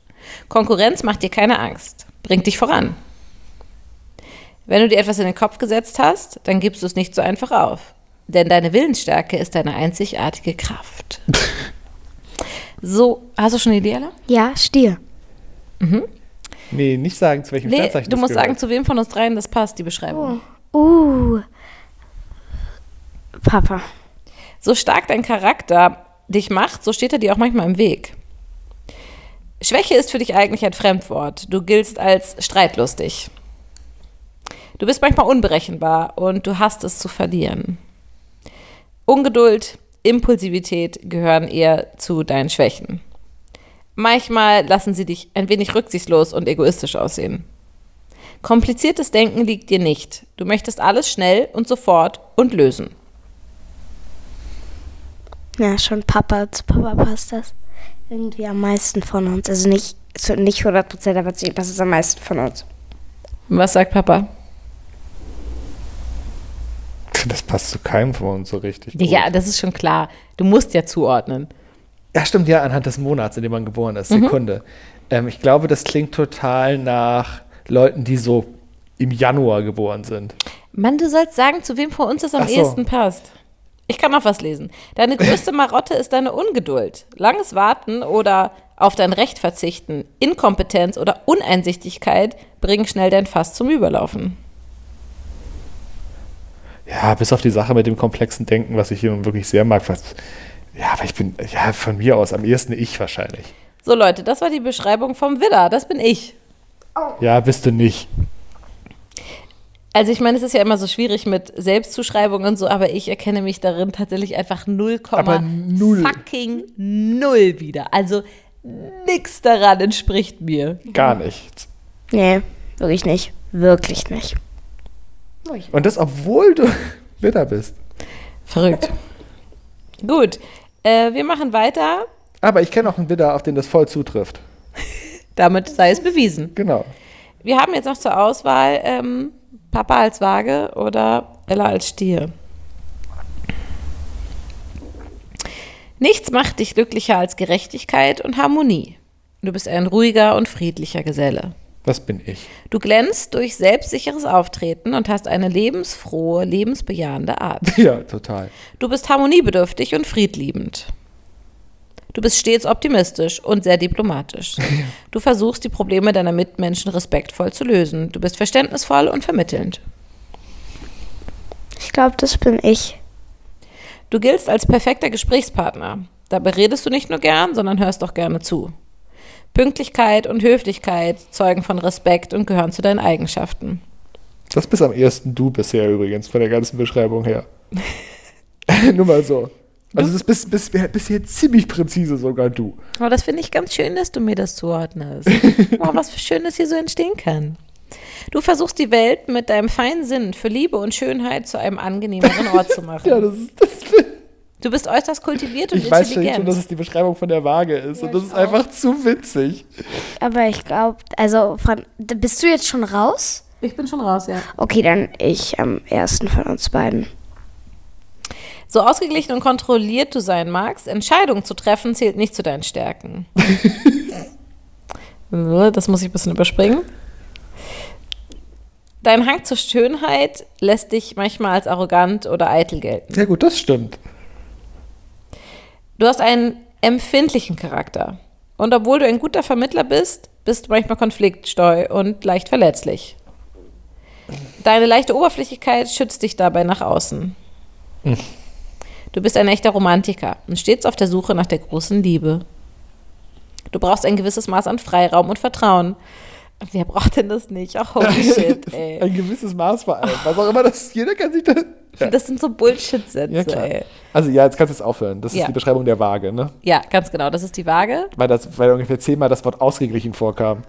[SPEAKER 5] Konkurrenz macht dir keine Angst, bringt dich voran. Wenn du dir etwas in den Kopf gesetzt hast, dann gibst du es nicht so einfach auf. Denn deine Willensstärke ist deine einzigartige Kraft. so, hast du schon eine Idee, Ella?
[SPEAKER 2] Ja, Stier.
[SPEAKER 4] Nee, nicht sagen, zu welchem
[SPEAKER 5] Nee,
[SPEAKER 4] Sternzeichen
[SPEAKER 5] du
[SPEAKER 4] das
[SPEAKER 5] musst
[SPEAKER 4] gehört.
[SPEAKER 5] sagen, zu wem von uns dreien das passt, die Beschreibung.
[SPEAKER 2] Uh. Papa.
[SPEAKER 5] So stark dein Charakter dich macht, so steht er dir auch manchmal im Weg. Schwäche ist für dich eigentlich ein Fremdwort. Du giltst als streitlustig. Du bist manchmal unberechenbar und du hast es zu verlieren. Ungeduld, Impulsivität gehören eher zu deinen Schwächen. Manchmal lassen sie dich ein wenig rücksichtslos und egoistisch aussehen. Kompliziertes Denken liegt dir nicht. Du möchtest alles schnell und sofort und lösen.
[SPEAKER 2] Ja, schon Papa. Zu Papa passt das irgendwie am meisten von uns. Also nicht, zu- nicht 100%, aber zu ihm passt es am meisten von uns.
[SPEAKER 5] Was sagt Papa?
[SPEAKER 4] Das passt zu keinem von uns so richtig. gut.
[SPEAKER 5] Ja, das ist schon klar. Du musst ja zuordnen.
[SPEAKER 4] Ja, stimmt, ja, anhand des Monats, in dem man geboren ist.
[SPEAKER 5] Mhm.
[SPEAKER 4] Sekunde. Ähm, ich glaube, das klingt total nach Leuten, die so im Januar geboren sind.
[SPEAKER 5] Mann, du sollst sagen, zu wem von uns das am
[SPEAKER 4] Ach so.
[SPEAKER 5] ehesten passt. Ich kann noch was lesen. Deine größte Marotte ist deine Ungeduld. Langes Warten oder auf dein Recht verzichten, Inkompetenz oder Uneinsichtigkeit bringen schnell dein Fass zum Überlaufen.
[SPEAKER 4] Ja, bis auf die Sache mit dem komplexen Denken, was ich hier nun wirklich sehr mag. Was, ja, aber ich bin, ja, von mir aus am ehesten ich wahrscheinlich.
[SPEAKER 5] So Leute, das war die Beschreibung vom Widder. Das bin ich.
[SPEAKER 4] Ja, bist du nicht.
[SPEAKER 5] Also ich meine, es ist ja immer so schwierig mit Selbstzuschreibung und so, aber ich erkenne mich darin tatsächlich einfach 0,
[SPEAKER 4] Aber null.
[SPEAKER 5] fucking null wieder. Also nix daran entspricht mir.
[SPEAKER 4] Gar nichts.
[SPEAKER 2] Nee, wirklich nicht. Wirklich nicht.
[SPEAKER 4] Und das, obwohl du bitter bist.
[SPEAKER 5] Verrückt. Gut, äh, wir machen weiter.
[SPEAKER 4] Aber ich kenne auch einen Widder, auf den das voll zutrifft.
[SPEAKER 5] Damit sei es bewiesen.
[SPEAKER 4] Genau.
[SPEAKER 5] Wir haben jetzt noch zur Auswahl ähm, Papa als Waage oder Ella als Stier. Nichts macht dich glücklicher als Gerechtigkeit und Harmonie. Du bist ein ruhiger und friedlicher Geselle.
[SPEAKER 4] Das bin ich.
[SPEAKER 5] Du glänzt durch selbstsicheres Auftreten und hast eine lebensfrohe, lebensbejahende Art.
[SPEAKER 4] Ja, total.
[SPEAKER 5] Du bist harmoniebedürftig und friedliebend. Du bist stets optimistisch und sehr diplomatisch. Du versuchst, die Probleme deiner Mitmenschen respektvoll zu lösen. Du bist verständnisvoll und vermittelnd.
[SPEAKER 2] Ich glaube, das bin ich.
[SPEAKER 5] Du giltst als perfekter Gesprächspartner. Dabei redest du nicht nur gern, sondern hörst auch gerne zu. Pünktlichkeit und Höflichkeit zeugen von Respekt und gehören zu deinen Eigenschaften.
[SPEAKER 4] Das bist am ehesten du bisher übrigens, von der ganzen Beschreibung her. Nur mal so. Also das bist bist- bisher ziemlich präzise sogar du.
[SPEAKER 5] Aber das finde ich ganz schön, dass du mir das zuordnest. Wow, was für Schönes hier so entstehen kann. Du versuchst die Welt mit deinem feinen Sinn für Liebe und Schönheit zu einem angenehmeren Ort zu machen.
[SPEAKER 4] Ja, das ist, das
[SPEAKER 5] Du bist äußerst kultiviert und
[SPEAKER 4] ich weiß schon,
[SPEAKER 5] intelligent.
[SPEAKER 4] schon, dass es die Beschreibung von der Waage ist. und das ist einfach zu witzig.
[SPEAKER 2] Aber ich glaube, also von. d- Bist du jetzt schon raus?
[SPEAKER 5] ich bin schon raus, ja.
[SPEAKER 2] Okay, dann ich am ersten von uns beiden.
[SPEAKER 5] So ausgeglichen und kontrolliert du sein magst, Entscheidungen zu treffen zählt nicht zu deinen Stärken. So, das muss ich ein bisschen überspringen. Dein Hang zur Schönheit lässt dich manchmal als arrogant oder eitel gelten.
[SPEAKER 4] Ja gut, das stimmt.
[SPEAKER 5] Du hast einen empfindlichen Charakter. Und obwohl du ein guter Vermittler bist, bist du manchmal konfliktscheu und leicht verletzlich. Deine leichte Oberflächlichkeit schützt dich dabei nach außen. Du bist ein echter Romantiker und stets auf der Suche nach der großen Liebe. Du brauchst ein gewisses Maß an Freiraum und Vertrauen. Wer braucht denn das nicht? Ach,
[SPEAKER 4] Oh,
[SPEAKER 5] holy shit, ey.
[SPEAKER 4] Ein gewisses Maß vor allem. Was auch immer das, jeder kann sich das... Ja,
[SPEAKER 5] Das sind so
[SPEAKER 4] ja,
[SPEAKER 5] Bullshit-Sätze,
[SPEAKER 4] klar.
[SPEAKER 5] ey.
[SPEAKER 4] Also ja, jetzt kannst du es aufhören. Das
[SPEAKER 5] Ja.
[SPEAKER 4] ist die Beschreibung der Waage, ne?
[SPEAKER 5] Ja, ganz genau. Das ist die Waage.
[SPEAKER 4] Weil, das, weil ungefähr zehnmal das Wort ausgeglichen vorkam.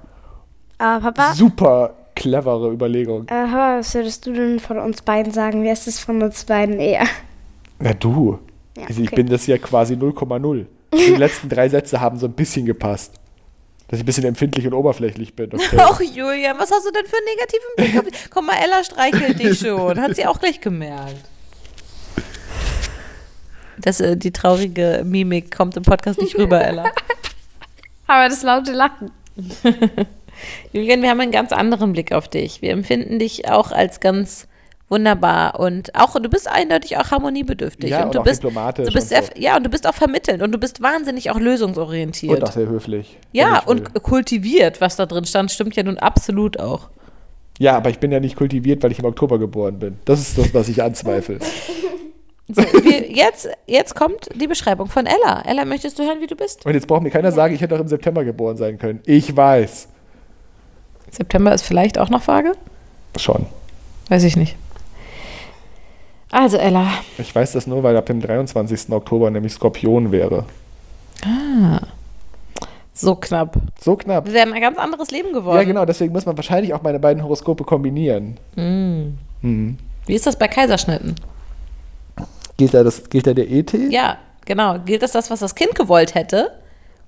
[SPEAKER 2] Aber Papa,
[SPEAKER 4] Super clevere Überlegung.
[SPEAKER 2] äh, Papa, was würdest du denn von uns beiden sagen? Wer ist es von uns beiden eher?
[SPEAKER 4] Na du.
[SPEAKER 2] Ja,
[SPEAKER 4] also ich
[SPEAKER 2] okay.
[SPEAKER 4] bin das ja quasi 0,0. Die letzten drei Sätze haben so ein bisschen gepasst. Dass ich ein bisschen empfindlich und oberflächlich bin. Okay.
[SPEAKER 5] Och, Julian, was hast du denn für einen negativen Blick? auf- Komm mal, Ella streichelt dich schon. Hat sie auch gleich gemerkt. Das, äh, die traurige Mimik kommt im Podcast nicht rüber, Ella.
[SPEAKER 2] Aber das laute Lachen.
[SPEAKER 5] Julian, wir haben einen ganz anderen Blick auf dich. Wir empfinden dich auch als ganz wunderbar und auch du bist eindeutig auch harmoniebedürftig
[SPEAKER 4] Ja, und
[SPEAKER 5] du
[SPEAKER 4] auch
[SPEAKER 5] bist
[SPEAKER 4] diplomatisch
[SPEAKER 5] du bist
[SPEAKER 4] und so.
[SPEAKER 5] sehr- ja und du bist auch vermittelnd und du bist wahnsinnig auch lösungsorientiert.
[SPEAKER 4] Und auch sehr höflich. wenn
[SPEAKER 5] ja
[SPEAKER 4] ich will.
[SPEAKER 5] und kultiviert, was da drin stand, stimmt ja nun absolut auch.
[SPEAKER 4] ja, aber ich bin ja nicht kultiviert, weil ich im Oktober geboren bin. Das ist das, was ich anzweifle.
[SPEAKER 5] So, wir, jetzt jetzt kommt die Beschreibung von Ella. Ella, möchtest du hören, wie du bist?
[SPEAKER 4] Und jetzt braucht mir keiner sagen, ich hätte auch im September geboren sein können. Ich weiß.
[SPEAKER 5] September ist vielleicht auch noch vage?
[SPEAKER 4] Schon.
[SPEAKER 5] Weiß ich nicht. Also Ella,
[SPEAKER 4] Ich weiß das nur, weil ab dem 23. Oktober nämlich Skorpion wäre.
[SPEAKER 5] so knapp.
[SPEAKER 4] So knapp.
[SPEAKER 5] Das wäre ein ganz anderes Leben geworden.
[SPEAKER 4] Ja, genau, deswegen muss man wahrscheinlich auch meine beiden Horoskope kombinieren.
[SPEAKER 5] Wie ist das bei Kaiserschnitten?
[SPEAKER 4] Gilt da, das, gilt da der E ET?
[SPEAKER 5] Ja, genau. Gilt das das, was das Kind gewollt hätte?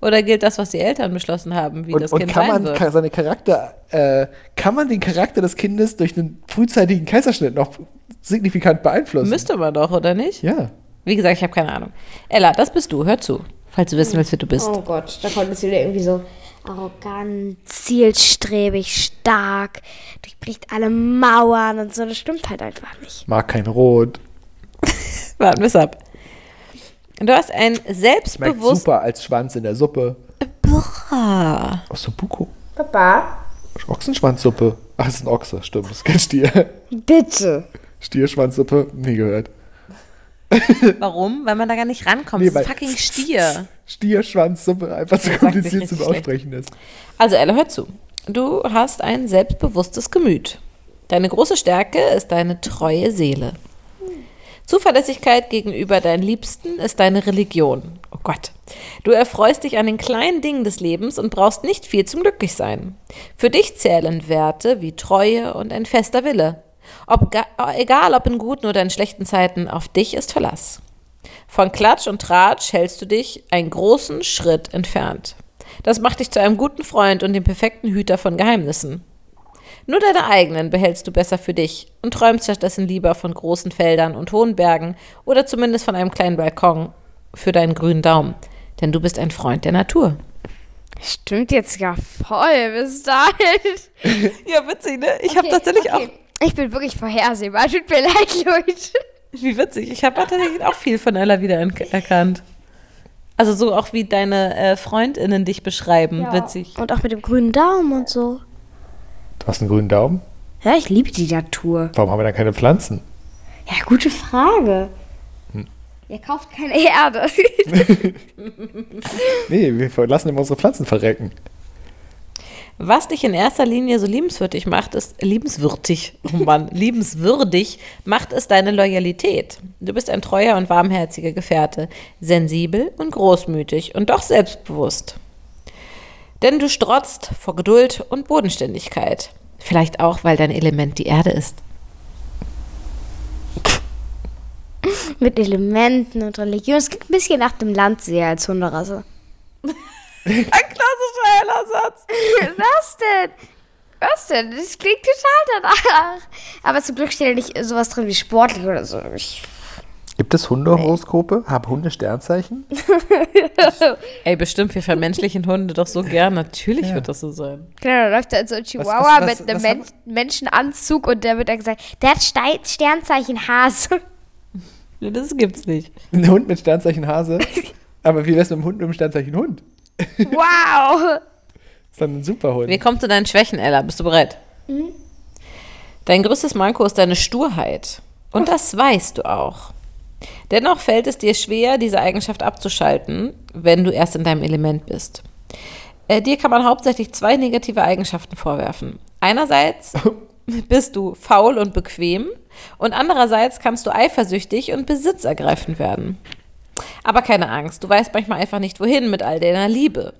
[SPEAKER 5] Oder gilt das, was die Eltern beschlossen haben, wie
[SPEAKER 4] und
[SPEAKER 5] das
[SPEAKER 4] und
[SPEAKER 5] Kind
[SPEAKER 4] kann
[SPEAKER 5] sein
[SPEAKER 4] man
[SPEAKER 5] wird?
[SPEAKER 4] ka- seine Charakter, äh, kann man den Charakter des Kindes durch einen frühzeitigen Kaiserschnitt noch signifikant beeinflussen?
[SPEAKER 5] Müsste man doch, oder nicht?
[SPEAKER 4] Ja.
[SPEAKER 5] Wie gesagt, ich habe keine Ahnung. Ella, das bist du. Hör zu, falls du wissen willst, wie du bist.
[SPEAKER 7] Oh Gott, da kommt jetzt wieder irgendwie so.
[SPEAKER 2] Arrogant, zielstrebig, stark, durchbricht alle Mauern und so. Das stimmt halt einfach nicht.
[SPEAKER 4] Mag kein Rot.
[SPEAKER 5] Warten wir's ab. Du hast ein
[SPEAKER 4] Schmeckt
[SPEAKER 5] selbstbewusst...
[SPEAKER 4] super als Schwanz in der Suppe.
[SPEAKER 5] Ah,
[SPEAKER 4] Aus dem Buko.
[SPEAKER 7] Papa?
[SPEAKER 4] Ochsenschwanzsuppe. Ach, das ist ein Ochse, stimmt. Das ist kein Stier.
[SPEAKER 2] Bitte.
[SPEAKER 4] Stierschwanzsuppe, nie gehört.
[SPEAKER 5] warum? Weil man da gar nicht rankommt.
[SPEAKER 4] Nee,
[SPEAKER 5] das ist
[SPEAKER 4] weil-
[SPEAKER 5] fucking Stier.
[SPEAKER 4] Stierschwanzsuppe, einfach zu
[SPEAKER 5] Das sagt mir
[SPEAKER 4] kompliziert
[SPEAKER 5] richtig
[SPEAKER 4] zum Aussprechen ist.
[SPEAKER 5] Also Ella, hör zu. Du hast ein selbstbewusstes Gemüt. Deine große Stärke ist deine treue Seele. Zuverlässigkeit gegenüber deinen Liebsten ist deine Religion. Oh Gott. Du erfreust dich an den kleinen Dingen des Lebens und brauchst nicht viel zum Glücklichsein. Für dich zählen Werte wie Treue und ein fester Wille. Ob, ga- egal ob in guten oder in schlechten Zeiten, auf dich ist Verlass. Von Klatsch und Tratsch hältst du dich einen großen Schritt entfernt. Das macht dich zu einem guten Freund und dem perfekten Hüter von Geheimnissen. Nur deine eigenen behältst du besser für dich und träumst stattdessen lieber von großen Feldern und hohen Bergen oder zumindest von einem kleinen Balkon für deinen grünen Daumen. Denn du bist ein Freund der Natur.
[SPEAKER 2] Stimmt jetzt ja voll bis dahin.
[SPEAKER 5] Ja, witzig, ne? Ich habe tatsächlich auch
[SPEAKER 2] Ich bin wirklich vorhersehbar. Tut mir leid, Leute.
[SPEAKER 5] Wie witzig. Ich habe tatsächlich auch viel von Ella wieder erkannt. Also so auch wie deine äh, Freundinnen dich beschreiben. Witzig.
[SPEAKER 2] Und auch mit dem grünen Daumen und so.
[SPEAKER 4] Du hast einen grünen Daumen?
[SPEAKER 7] Ja, ich liebe die Natur.
[SPEAKER 4] Warum haben wir dann keine Pflanzen?
[SPEAKER 7] Ja, gute Frage.
[SPEAKER 4] Hm.
[SPEAKER 7] Ihr kauft keine Erde.
[SPEAKER 4] Nee, wir lassen immer unsere Pflanzen verrecken.
[SPEAKER 5] Was dich in erster Linie so liebenswürdig macht, ist liebenswürdig, oh Mann, liebenswürdig macht es deine Loyalität. Du bist ein treuer und warmherziger Gefährte, sensibel und großmütig und doch selbstbewusst. Denn du strotzt vor Geduld und Bodenständigkeit. Vielleicht auch, weil dein Element die Erde ist.
[SPEAKER 2] Mit Elementen und Religion. Es klingt ein bisschen nach dem Landseher als Hunderasse.
[SPEAKER 5] Ein klassischer Hellersatz.
[SPEAKER 2] Was denn? Was denn? Das klingt total danach. Aber zum Glück steht ja nicht sowas drin wie sportlich oder so. Ich,
[SPEAKER 4] Gibt es Hundehoroskope? Haben Hunde Sternzeichen?
[SPEAKER 5] Ey, bestimmt, wir vermenschlichen Hunde doch so gern. Natürlich wird das so sein.
[SPEAKER 2] klar, da läuft dann so ein
[SPEAKER 4] was-
[SPEAKER 2] Chihuahua
[SPEAKER 4] was-
[SPEAKER 2] mit einem
[SPEAKER 4] was haben
[SPEAKER 2] Men Menschenanzug und der wird dann gesagt, der hat Stei Sternzeichen Hase.
[SPEAKER 5] Das gibt's nicht.
[SPEAKER 4] Ein Hund mit Sternzeichen Hase? Aber wie wär's mit einem Hund mit einem Sternzeichen Hund?
[SPEAKER 2] Wow.
[SPEAKER 4] Ist dann ein Superhund.
[SPEAKER 5] Wir kommen zu deinen Schwächen, Ella. Bist du bereit? Dein größtes Manko ist deine Sturheit. Und das weißt du auch. Dennoch fällt es dir schwer, diese Eigenschaft abzuschalten, wenn du erst in deinem Element bist. Äh, dir kann man hauptsächlich zwei negative Eigenschaften vorwerfen. Einerseits bist du faul und bequem und andererseits kannst du eifersüchtig und besitzergreifend werden. Aber keine Angst, du weißt manchmal einfach nicht wohin mit all deiner Liebe.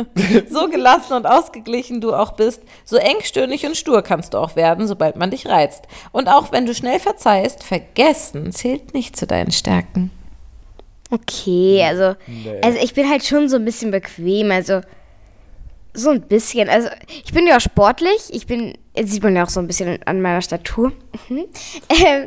[SPEAKER 5] so gelassen und ausgeglichen du auch bist, so engstirnig und stur kannst du auch werden, sobald man dich reizt. Und auch wenn du schnell verzeihst, vergessen zählt nicht zu deinen Stärken.
[SPEAKER 4] Hm.
[SPEAKER 2] Okay, also, also ich bin halt schon so ein bisschen bequem. Also so ein bisschen. Also, ich bin ja sportlich. Ich bin, jetzt sieht man ja auch so ein bisschen an meiner Statur. Mhm. Ähm,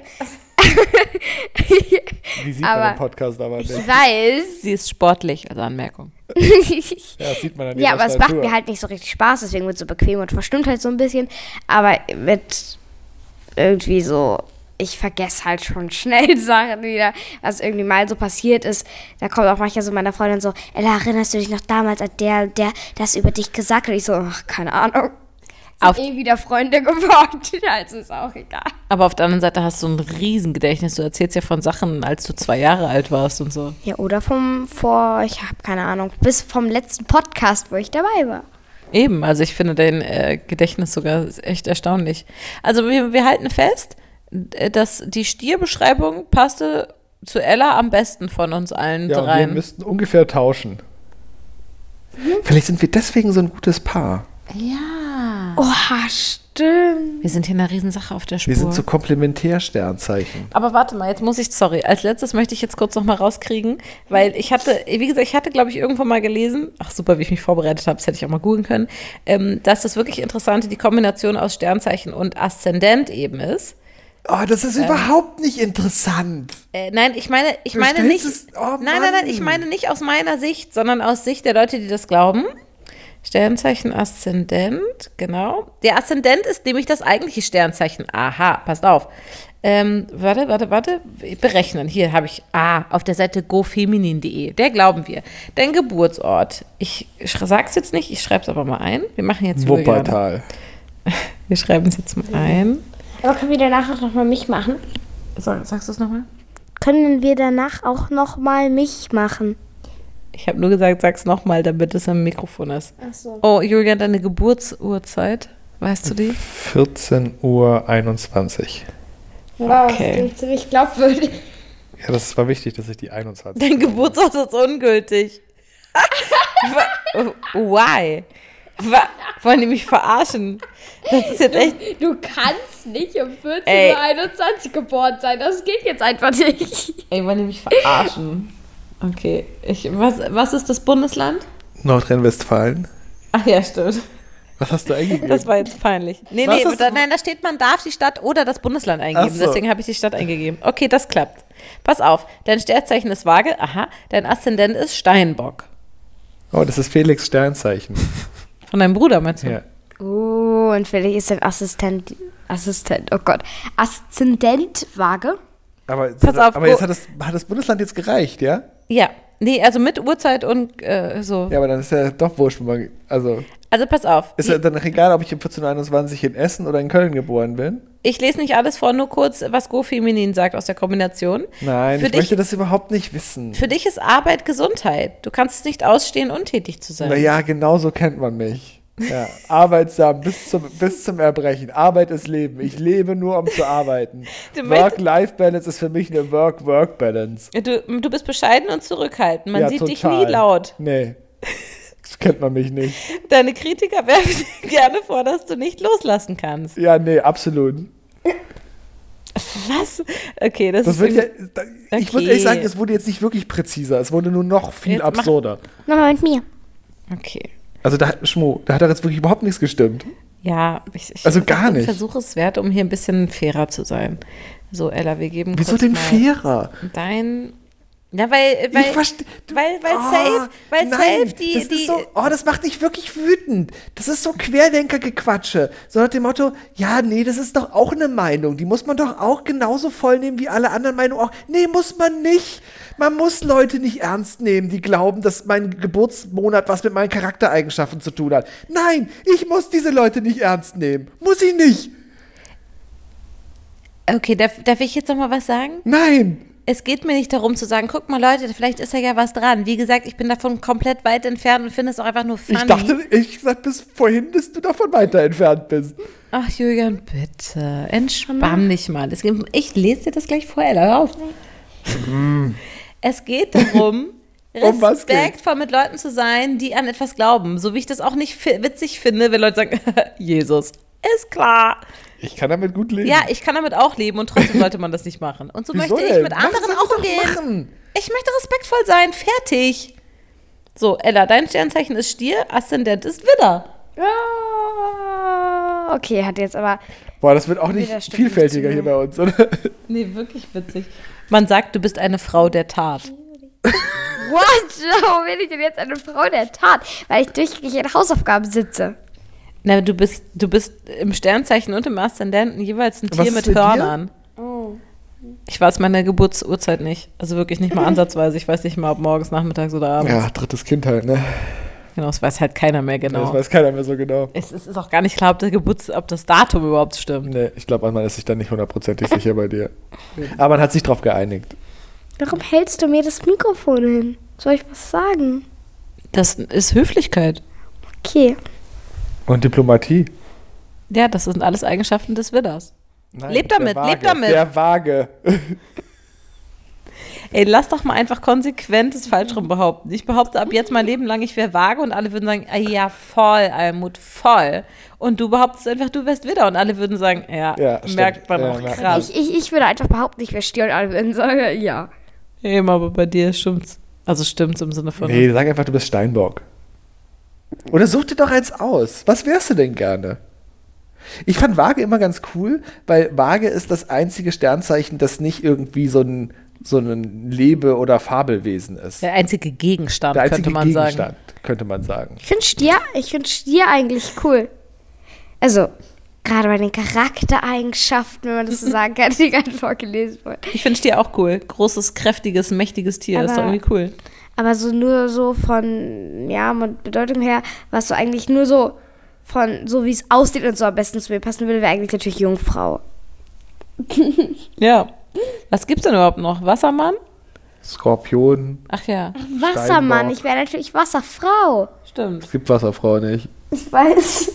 [SPEAKER 4] Die sieht
[SPEAKER 2] Aber-
[SPEAKER 4] man im Podcast aber nicht.
[SPEAKER 2] ich weiß.
[SPEAKER 5] Sie ist sportlich, also Anmerkung.
[SPEAKER 4] Ja, das sieht man an
[SPEAKER 2] ja,
[SPEAKER 4] ihrer
[SPEAKER 2] aber es macht
[SPEAKER 4] Statur.
[SPEAKER 2] mir halt nicht so richtig Spaß. Deswegen wird es so bequem und verstimmt halt so ein bisschen. Aber mit irgendwie so. Ich vergesse halt schon schnell Sachen wieder, was irgendwie mal so passiert ist. Da kommt auch manchmal so meiner Freundin so, Ella, erinnerst du dich noch damals an der, und der, das über dich gesagt? hat?" Und ich so, ach, keine Ahnung.
[SPEAKER 5] Auf,
[SPEAKER 2] eh wieder Freunde geworden. Also ist auch egal.
[SPEAKER 5] aber auf der anderen Seite hast du ein Riesengedächtnis. Du erzählst ja von Sachen, als du zwei Jahre alt warst und so.
[SPEAKER 2] Ja, oder vom vor, ich habe keine Ahnung, bis vom letzten Podcast, wo ich dabei war.
[SPEAKER 5] Eben, also ich finde dein äh, Gedächtnis sogar ist echt erstaunlich. Also wir, wir halten fest, d- dass die Stierbeschreibung passte zu Ella am besten von uns allen
[SPEAKER 4] Ja, und wir
[SPEAKER 5] dreien.
[SPEAKER 4] müssten ungefähr tauschen. Vielleicht sind wir deswegen so ein gutes Paar.
[SPEAKER 5] ja.
[SPEAKER 2] Oha, stimmt.
[SPEAKER 5] Wir sind hier einer Riesensache auf der Spur.
[SPEAKER 4] Wir sind so Komplementärsternzeichen.
[SPEAKER 5] Aber warte mal, jetzt muss ich, sorry, als letztes möchte ich jetzt kurz nochmal rauskriegen, weil ich hatte, wie gesagt, ich hatte, glaube ich, irgendwo mal gelesen, ach super, wie ich mich vorbereitet habe, das hätte ich auch mal googeln können, ähm, dass das wirklich Interessante die Kombination aus Sternzeichen und Aszendent eben ist.
[SPEAKER 4] Oh, das
[SPEAKER 2] Ähm.
[SPEAKER 4] ist überhaupt nicht interessant.
[SPEAKER 5] Äh, nein, ich meine, ich
[SPEAKER 4] Du
[SPEAKER 5] meine nicht,
[SPEAKER 4] stellst es- oh,
[SPEAKER 5] nein, nein, nein,
[SPEAKER 4] Mann.
[SPEAKER 5] ich meine nicht aus meiner Sicht, sondern aus Sicht der Leute, die das glauben. Sternzeichen Aszendent, genau. Der Aszendent ist nämlich das eigentliche Sternzeichen. Aha, passt auf. Ähm, warte, warte, warte. Berechnen. Hier habe ich ah, auf der Seite gofeminin.de. Der glauben wir. Dein Geburtsort. Ich sch- sag's jetzt nicht, ich schreibe es aber mal ein. Wir machen jetzt Juliane.
[SPEAKER 4] Wuppertal.
[SPEAKER 5] Wir schreiben es jetzt mal ein.
[SPEAKER 7] Aber können wir danach auch nochmal mich machen?
[SPEAKER 5] So, sagst du es nochmal?
[SPEAKER 2] Können wir danach auch noch mal mich machen?
[SPEAKER 5] Ich habe nur gesagt, sag's nochmal, damit es am Mikrofon ist. Ach so. Oh, Julian, deine Geburtsurzeit, weißt du die?
[SPEAKER 4] 14.21 Uhr. 21.
[SPEAKER 6] Wow,
[SPEAKER 5] Okay.
[SPEAKER 6] Ah, das klingt ziemlich glaubwürdig.
[SPEAKER 4] Ja, das war wichtig, dass ich die 21.
[SPEAKER 5] Dein Geburtsort ist ungültig. Wa- Why? Wa- Wollen die mich verarschen? Das ist jetzt echt.
[SPEAKER 6] Du kannst nicht um
[SPEAKER 5] Ey.
[SPEAKER 6] 14.21 Uhr geboren sein. Das geht jetzt einfach nicht.
[SPEAKER 5] Ey, wollen die mich verarschen? Okay. Ich, was, was ist das Bundesland?
[SPEAKER 4] Nordrhein-Westfalen.
[SPEAKER 5] Ach ja, stimmt.
[SPEAKER 4] Was hast du eingegeben?
[SPEAKER 5] Das war jetzt peinlich. Nee,
[SPEAKER 4] Was
[SPEAKER 5] nee,
[SPEAKER 4] ist-
[SPEAKER 5] da, nein, da steht, man darf die Stadt oder das Bundesland eingeben.
[SPEAKER 4] Ach so.
[SPEAKER 5] Deswegen habe ich die Stadt eingegeben. Okay, das klappt. Pass auf, dein Sternzeichen ist Waage, aha, dein Aszendent ist Steinbock.
[SPEAKER 4] oh, das ist Felix Sternzeichen.
[SPEAKER 5] Von deinem Bruder, meinst du?
[SPEAKER 4] Ja.
[SPEAKER 2] Oh, und Felix ist ein Assistent. Assistent, oh Gott. Aszendentwaage?
[SPEAKER 4] Aber,
[SPEAKER 5] Pass auf,
[SPEAKER 4] aber jetzt
[SPEAKER 5] Gu-
[SPEAKER 4] hat das, hat das Bundesland jetzt gereicht, ja?
[SPEAKER 5] Ja. Nee, also mit Uhrzeit und äh, so.
[SPEAKER 4] Ja, aber dann ist ja doch wurscht, wenn man. Also,
[SPEAKER 5] Also pass auf.
[SPEAKER 4] ist ja dann egal, ob ich um 14.21 Uhr in Essen oder in Köln geboren bin?
[SPEAKER 5] Ich lese nicht alles vor, nur kurz, was GoFeminin sagt aus der Kombination.
[SPEAKER 4] Nein,
[SPEAKER 5] für
[SPEAKER 4] ich
[SPEAKER 5] dich,
[SPEAKER 4] möchte das überhaupt nicht wissen.
[SPEAKER 5] Für dich ist Arbeit Gesundheit. Du kannst es nicht ausstehen, untätig zu sein.
[SPEAKER 4] Naja, genau so kennt man mich. Ja, arbeitsam bis zum, bis zum Erbrechen. Arbeit ist Leben. Ich lebe nur, um zu arbeiten.
[SPEAKER 5] Du möchtest-
[SPEAKER 4] Work-Life-Balance ist für mich eine Work-Work-Balance.
[SPEAKER 5] Du, du bist bescheiden und zurückhaltend. Man
[SPEAKER 4] ja,
[SPEAKER 5] sieht
[SPEAKER 4] total.
[SPEAKER 5] dich nie laut.
[SPEAKER 4] Nee. Das kennt man mich nicht.
[SPEAKER 5] Deine Kritiker werfen dir gerne vor, dass du nicht loslassen kannst.
[SPEAKER 4] Ja, nee, absolut.
[SPEAKER 5] Was? Okay, das,
[SPEAKER 4] Das
[SPEAKER 5] ist
[SPEAKER 4] wird ja,
[SPEAKER 5] irgendwie-
[SPEAKER 4] da, Ich muss ehrlich sagen, es wurde jetzt nicht wirklich präziser. Es wurde nur noch viel
[SPEAKER 5] Jetzt mach-
[SPEAKER 4] absurder.
[SPEAKER 2] Nochmal mit mir.
[SPEAKER 5] Okay.
[SPEAKER 4] Also, da, Schmo, da hat er jetzt wirklich überhaupt nichts gestimmt.
[SPEAKER 5] Ja, ich, ich
[SPEAKER 4] Also gar
[SPEAKER 5] ich
[SPEAKER 4] nicht.
[SPEAKER 5] versuche es wert, um hier ein bisschen fairer zu sein. So, Ella, wir geben
[SPEAKER 4] Wieso
[SPEAKER 5] kurz
[SPEAKER 4] denn
[SPEAKER 5] mal
[SPEAKER 4] fairer?
[SPEAKER 5] Dein. Ja, weil. weil
[SPEAKER 4] Ich verstehe.
[SPEAKER 5] Weil, weil safe. Weil safe die.
[SPEAKER 4] das
[SPEAKER 5] die
[SPEAKER 4] ist so, oh, das macht mich wirklich wütend. Das ist so Querdenker-Gequatsche. So nach dem Motto, ja, nee, das ist doch auch eine Meinung. Die muss man doch auch genauso voll nehmen wie alle anderen Meinungen auch. Nee, muss man nicht. Man muss Leute nicht ernst nehmen, die glauben, dass mein Geburtsmonat was mit meinen Charaktereigenschaften zu tun hat. Nein, ich muss diese Leute nicht ernst nehmen. Muss ich nicht.
[SPEAKER 5] okay, darf, darf ich jetzt nochmal was sagen?
[SPEAKER 4] Nein.
[SPEAKER 5] Es geht mir nicht darum zu sagen, guck mal, Leute, vielleicht ist da ja was dran. Wie gesagt, ich bin davon komplett weit entfernt und finde es auch einfach nur funny.
[SPEAKER 4] Ich dachte, ich gesagt, bis vorhin, dass du davon weiter entfernt bist.
[SPEAKER 5] Ach, Julian, bitte. Entspann dich mal. Es geht, ich lese dir das gleich vor, Ella. Hör auf. es geht darum,
[SPEAKER 4] Mhm. Um was geht's?
[SPEAKER 5] respektvoll mit Leuten zu sein, die an etwas glauben. So wie ich das auch nicht fi- witzig finde, wenn Leute sagen, Jesus. Ist klar.
[SPEAKER 4] Ich kann damit gut leben.
[SPEAKER 5] Ja, ich kann damit auch leben und trotzdem sollte man das nicht machen. Und so
[SPEAKER 4] Wieso
[SPEAKER 5] möchte ich
[SPEAKER 4] denn?
[SPEAKER 5] mit
[SPEAKER 4] Mach,
[SPEAKER 5] anderen
[SPEAKER 4] soll sie
[SPEAKER 5] auch
[SPEAKER 4] doch
[SPEAKER 5] umgehen.
[SPEAKER 4] machen.
[SPEAKER 5] Ich möchte respektvoll sein. Fertig. So, Ella, dein Sternzeichen ist Stier, Aszendent ist Widder.
[SPEAKER 2] Ah, okay, hat jetzt aber.
[SPEAKER 4] Boah, das wird auch nicht
[SPEAKER 2] das stimmt
[SPEAKER 4] vielfältiger hier bei uns, oder?
[SPEAKER 5] Nee, wirklich witzig. Man sagt, du bist eine Frau der Tat.
[SPEAKER 2] What? Warum bin ich denn jetzt eine Frau der Tat? Weil ich durchgängig in Hausaufgaben sitze.
[SPEAKER 5] Na, du bist, du bist im Sternzeichen und im Aszendenten jeweils ein
[SPEAKER 4] was
[SPEAKER 5] Tier
[SPEAKER 4] ist
[SPEAKER 5] mit
[SPEAKER 4] mit dir?
[SPEAKER 5] Hörnern. Ich weiß meine Geburtsurzeit nicht. Also wirklich nicht mal ansatzweise. Ich weiß nicht mal, ob morgens, nachmittags oder abends.
[SPEAKER 4] Ja, drittes Kind halt, ne?
[SPEAKER 5] Genau, das weiß halt keiner mehr
[SPEAKER 4] Das
[SPEAKER 5] genau.
[SPEAKER 4] weiß keiner mehr so genau.
[SPEAKER 5] Es ist, ist auch gar nicht klar, ob, der Geburts, ob das Datum überhaupt stimmt.
[SPEAKER 4] Nee, ich glaube, man ist sich dann nicht hundertprozentig sicher bei dir. Aber man hat sich drauf geeinigt.
[SPEAKER 2] Warum hältst du mir das Mikrofon hin? Soll ich was sagen?
[SPEAKER 5] Das ist Höflichkeit.
[SPEAKER 2] Okay.
[SPEAKER 4] Und Diplomatie.
[SPEAKER 5] Ja, das sind alles Eigenschaften des Widders.
[SPEAKER 4] Nein,
[SPEAKER 5] Lebt
[SPEAKER 4] der
[SPEAKER 5] damit,
[SPEAKER 4] Waage.
[SPEAKER 5] lebt damit.
[SPEAKER 4] Der Waage.
[SPEAKER 5] Ey, lass doch mal einfach konsequentes Falschrum behaupten. Ich behaupte ab jetzt mein Leben lang, ich wäre vage und alle würden sagen, ah, ja, voll, Almut, voll. Und du behauptest einfach, du wärst Widder und alle würden sagen, ja,
[SPEAKER 4] Ja, stimmt.
[SPEAKER 5] merkt man
[SPEAKER 4] Ja,
[SPEAKER 5] auch
[SPEAKER 4] merkt
[SPEAKER 5] krass.
[SPEAKER 2] Ich, ich, ich würde einfach behaupten, ich wäre Stier und alle würden sagen, ja.
[SPEAKER 5] Eben, aber bei dir stimmt's. Also stimmt's im Sinne von.
[SPEAKER 4] Nee, sag einfach, du bist Steinbock. Oder such dir doch eins aus. Was wärst du denn gerne? Ich fand Waage immer ganz cool, weil Waage ist das einzige Sternzeichen, das nicht irgendwie so ein, so ein Lebe- oder Fabelwesen ist.
[SPEAKER 5] Der einzige Gegenstand,
[SPEAKER 4] Der einzige
[SPEAKER 5] könnte man
[SPEAKER 4] Gegenstand,
[SPEAKER 5] sagen.
[SPEAKER 4] könnte man sagen.
[SPEAKER 2] Ich finde Stier, ich find Stier eigentlich cool. Also, gerade bei den Charaktereigenschaften, wenn man das so sagen kann, die gerade vorgelesen wurden.
[SPEAKER 5] Ich finde Stier auch cool. Großes, kräftiges, mächtiges Tier. ist doch
[SPEAKER 2] Aber-
[SPEAKER 5] irgendwie cool.
[SPEAKER 2] Aber so nur so von, ja, und Bedeutung her, was so eigentlich nur so von, so wie es aussieht und so am besten zu mir passen würde, wäre eigentlich natürlich Jungfrau.
[SPEAKER 5] Ja. Was gibt's denn überhaupt noch? Wassermann?
[SPEAKER 4] Skorpion,
[SPEAKER 5] Ach ja,
[SPEAKER 2] Wassermann,
[SPEAKER 4] Steinbock.
[SPEAKER 2] ich wäre natürlich Wasserfrau.
[SPEAKER 5] stimmt.
[SPEAKER 4] es gibt Wasserfrau nicht.
[SPEAKER 7] Ich weiß.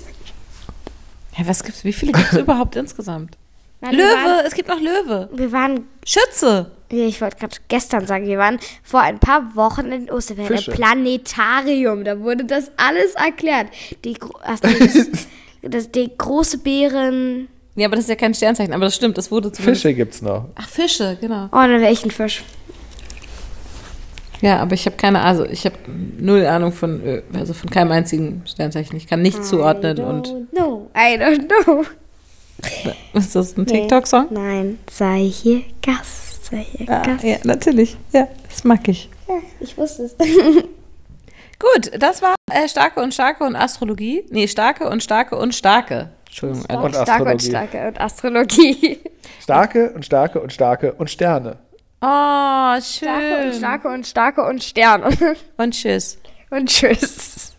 [SPEAKER 5] Ja, was gibt's? Wie viele gibt's überhaupt insgesamt?
[SPEAKER 2] Nein, wir
[SPEAKER 5] Löwe, es gibt noch Löwe.
[SPEAKER 2] waren- Wir waren,
[SPEAKER 5] Schütze.
[SPEAKER 2] nee, ich wollte gerade gestern sagen, wir waren vor ein paar Wochen in Osterwelle
[SPEAKER 4] Fische.
[SPEAKER 2] Planetarium. Da wurde das alles erklärt. Die, gro- ach, nee, das, das, die große Bären.
[SPEAKER 5] Ja, aber das ist ja kein Sternzeichen, aber das stimmt, das wurde zumindest.
[SPEAKER 2] Mhm.
[SPEAKER 4] Fische gibt's noch.
[SPEAKER 5] Ach, Fische, genau.
[SPEAKER 2] Oh, dann wäre ich ein Fisch.
[SPEAKER 5] Ja, aber ich habe keine, also ich habe null Ahnung von, äh, also von keinem einzigen Sternzeichen. Ich kann nichts zuordnen und.
[SPEAKER 2] No, I don't know.
[SPEAKER 5] Ist das ein TikTok-Song?
[SPEAKER 2] Nein, sei hier Gast, sei hier
[SPEAKER 5] Ah,
[SPEAKER 2] Gast.
[SPEAKER 5] ja, natürlich. Ja, das mag ich.
[SPEAKER 7] Ich wusste es.
[SPEAKER 5] Gut, das war äh, Starke und Starke und Astrologie. Nee, Starke und Starke und Starke. Entschuldigung. Ella.
[SPEAKER 4] Und
[SPEAKER 2] Starke und
[SPEAKER 4] Astrologie.
[SPEAKER 2] starke und Astrologie.
[SPEAKER 4] Starke und starke und starke und Sterne.
[SPEAKER 5] Oh, schön.
[SPEAKER 2] Starke und starke und Sterne.
[SPEAKER 5] Und tschüss.
[SPEAKER 2] Und tschüss.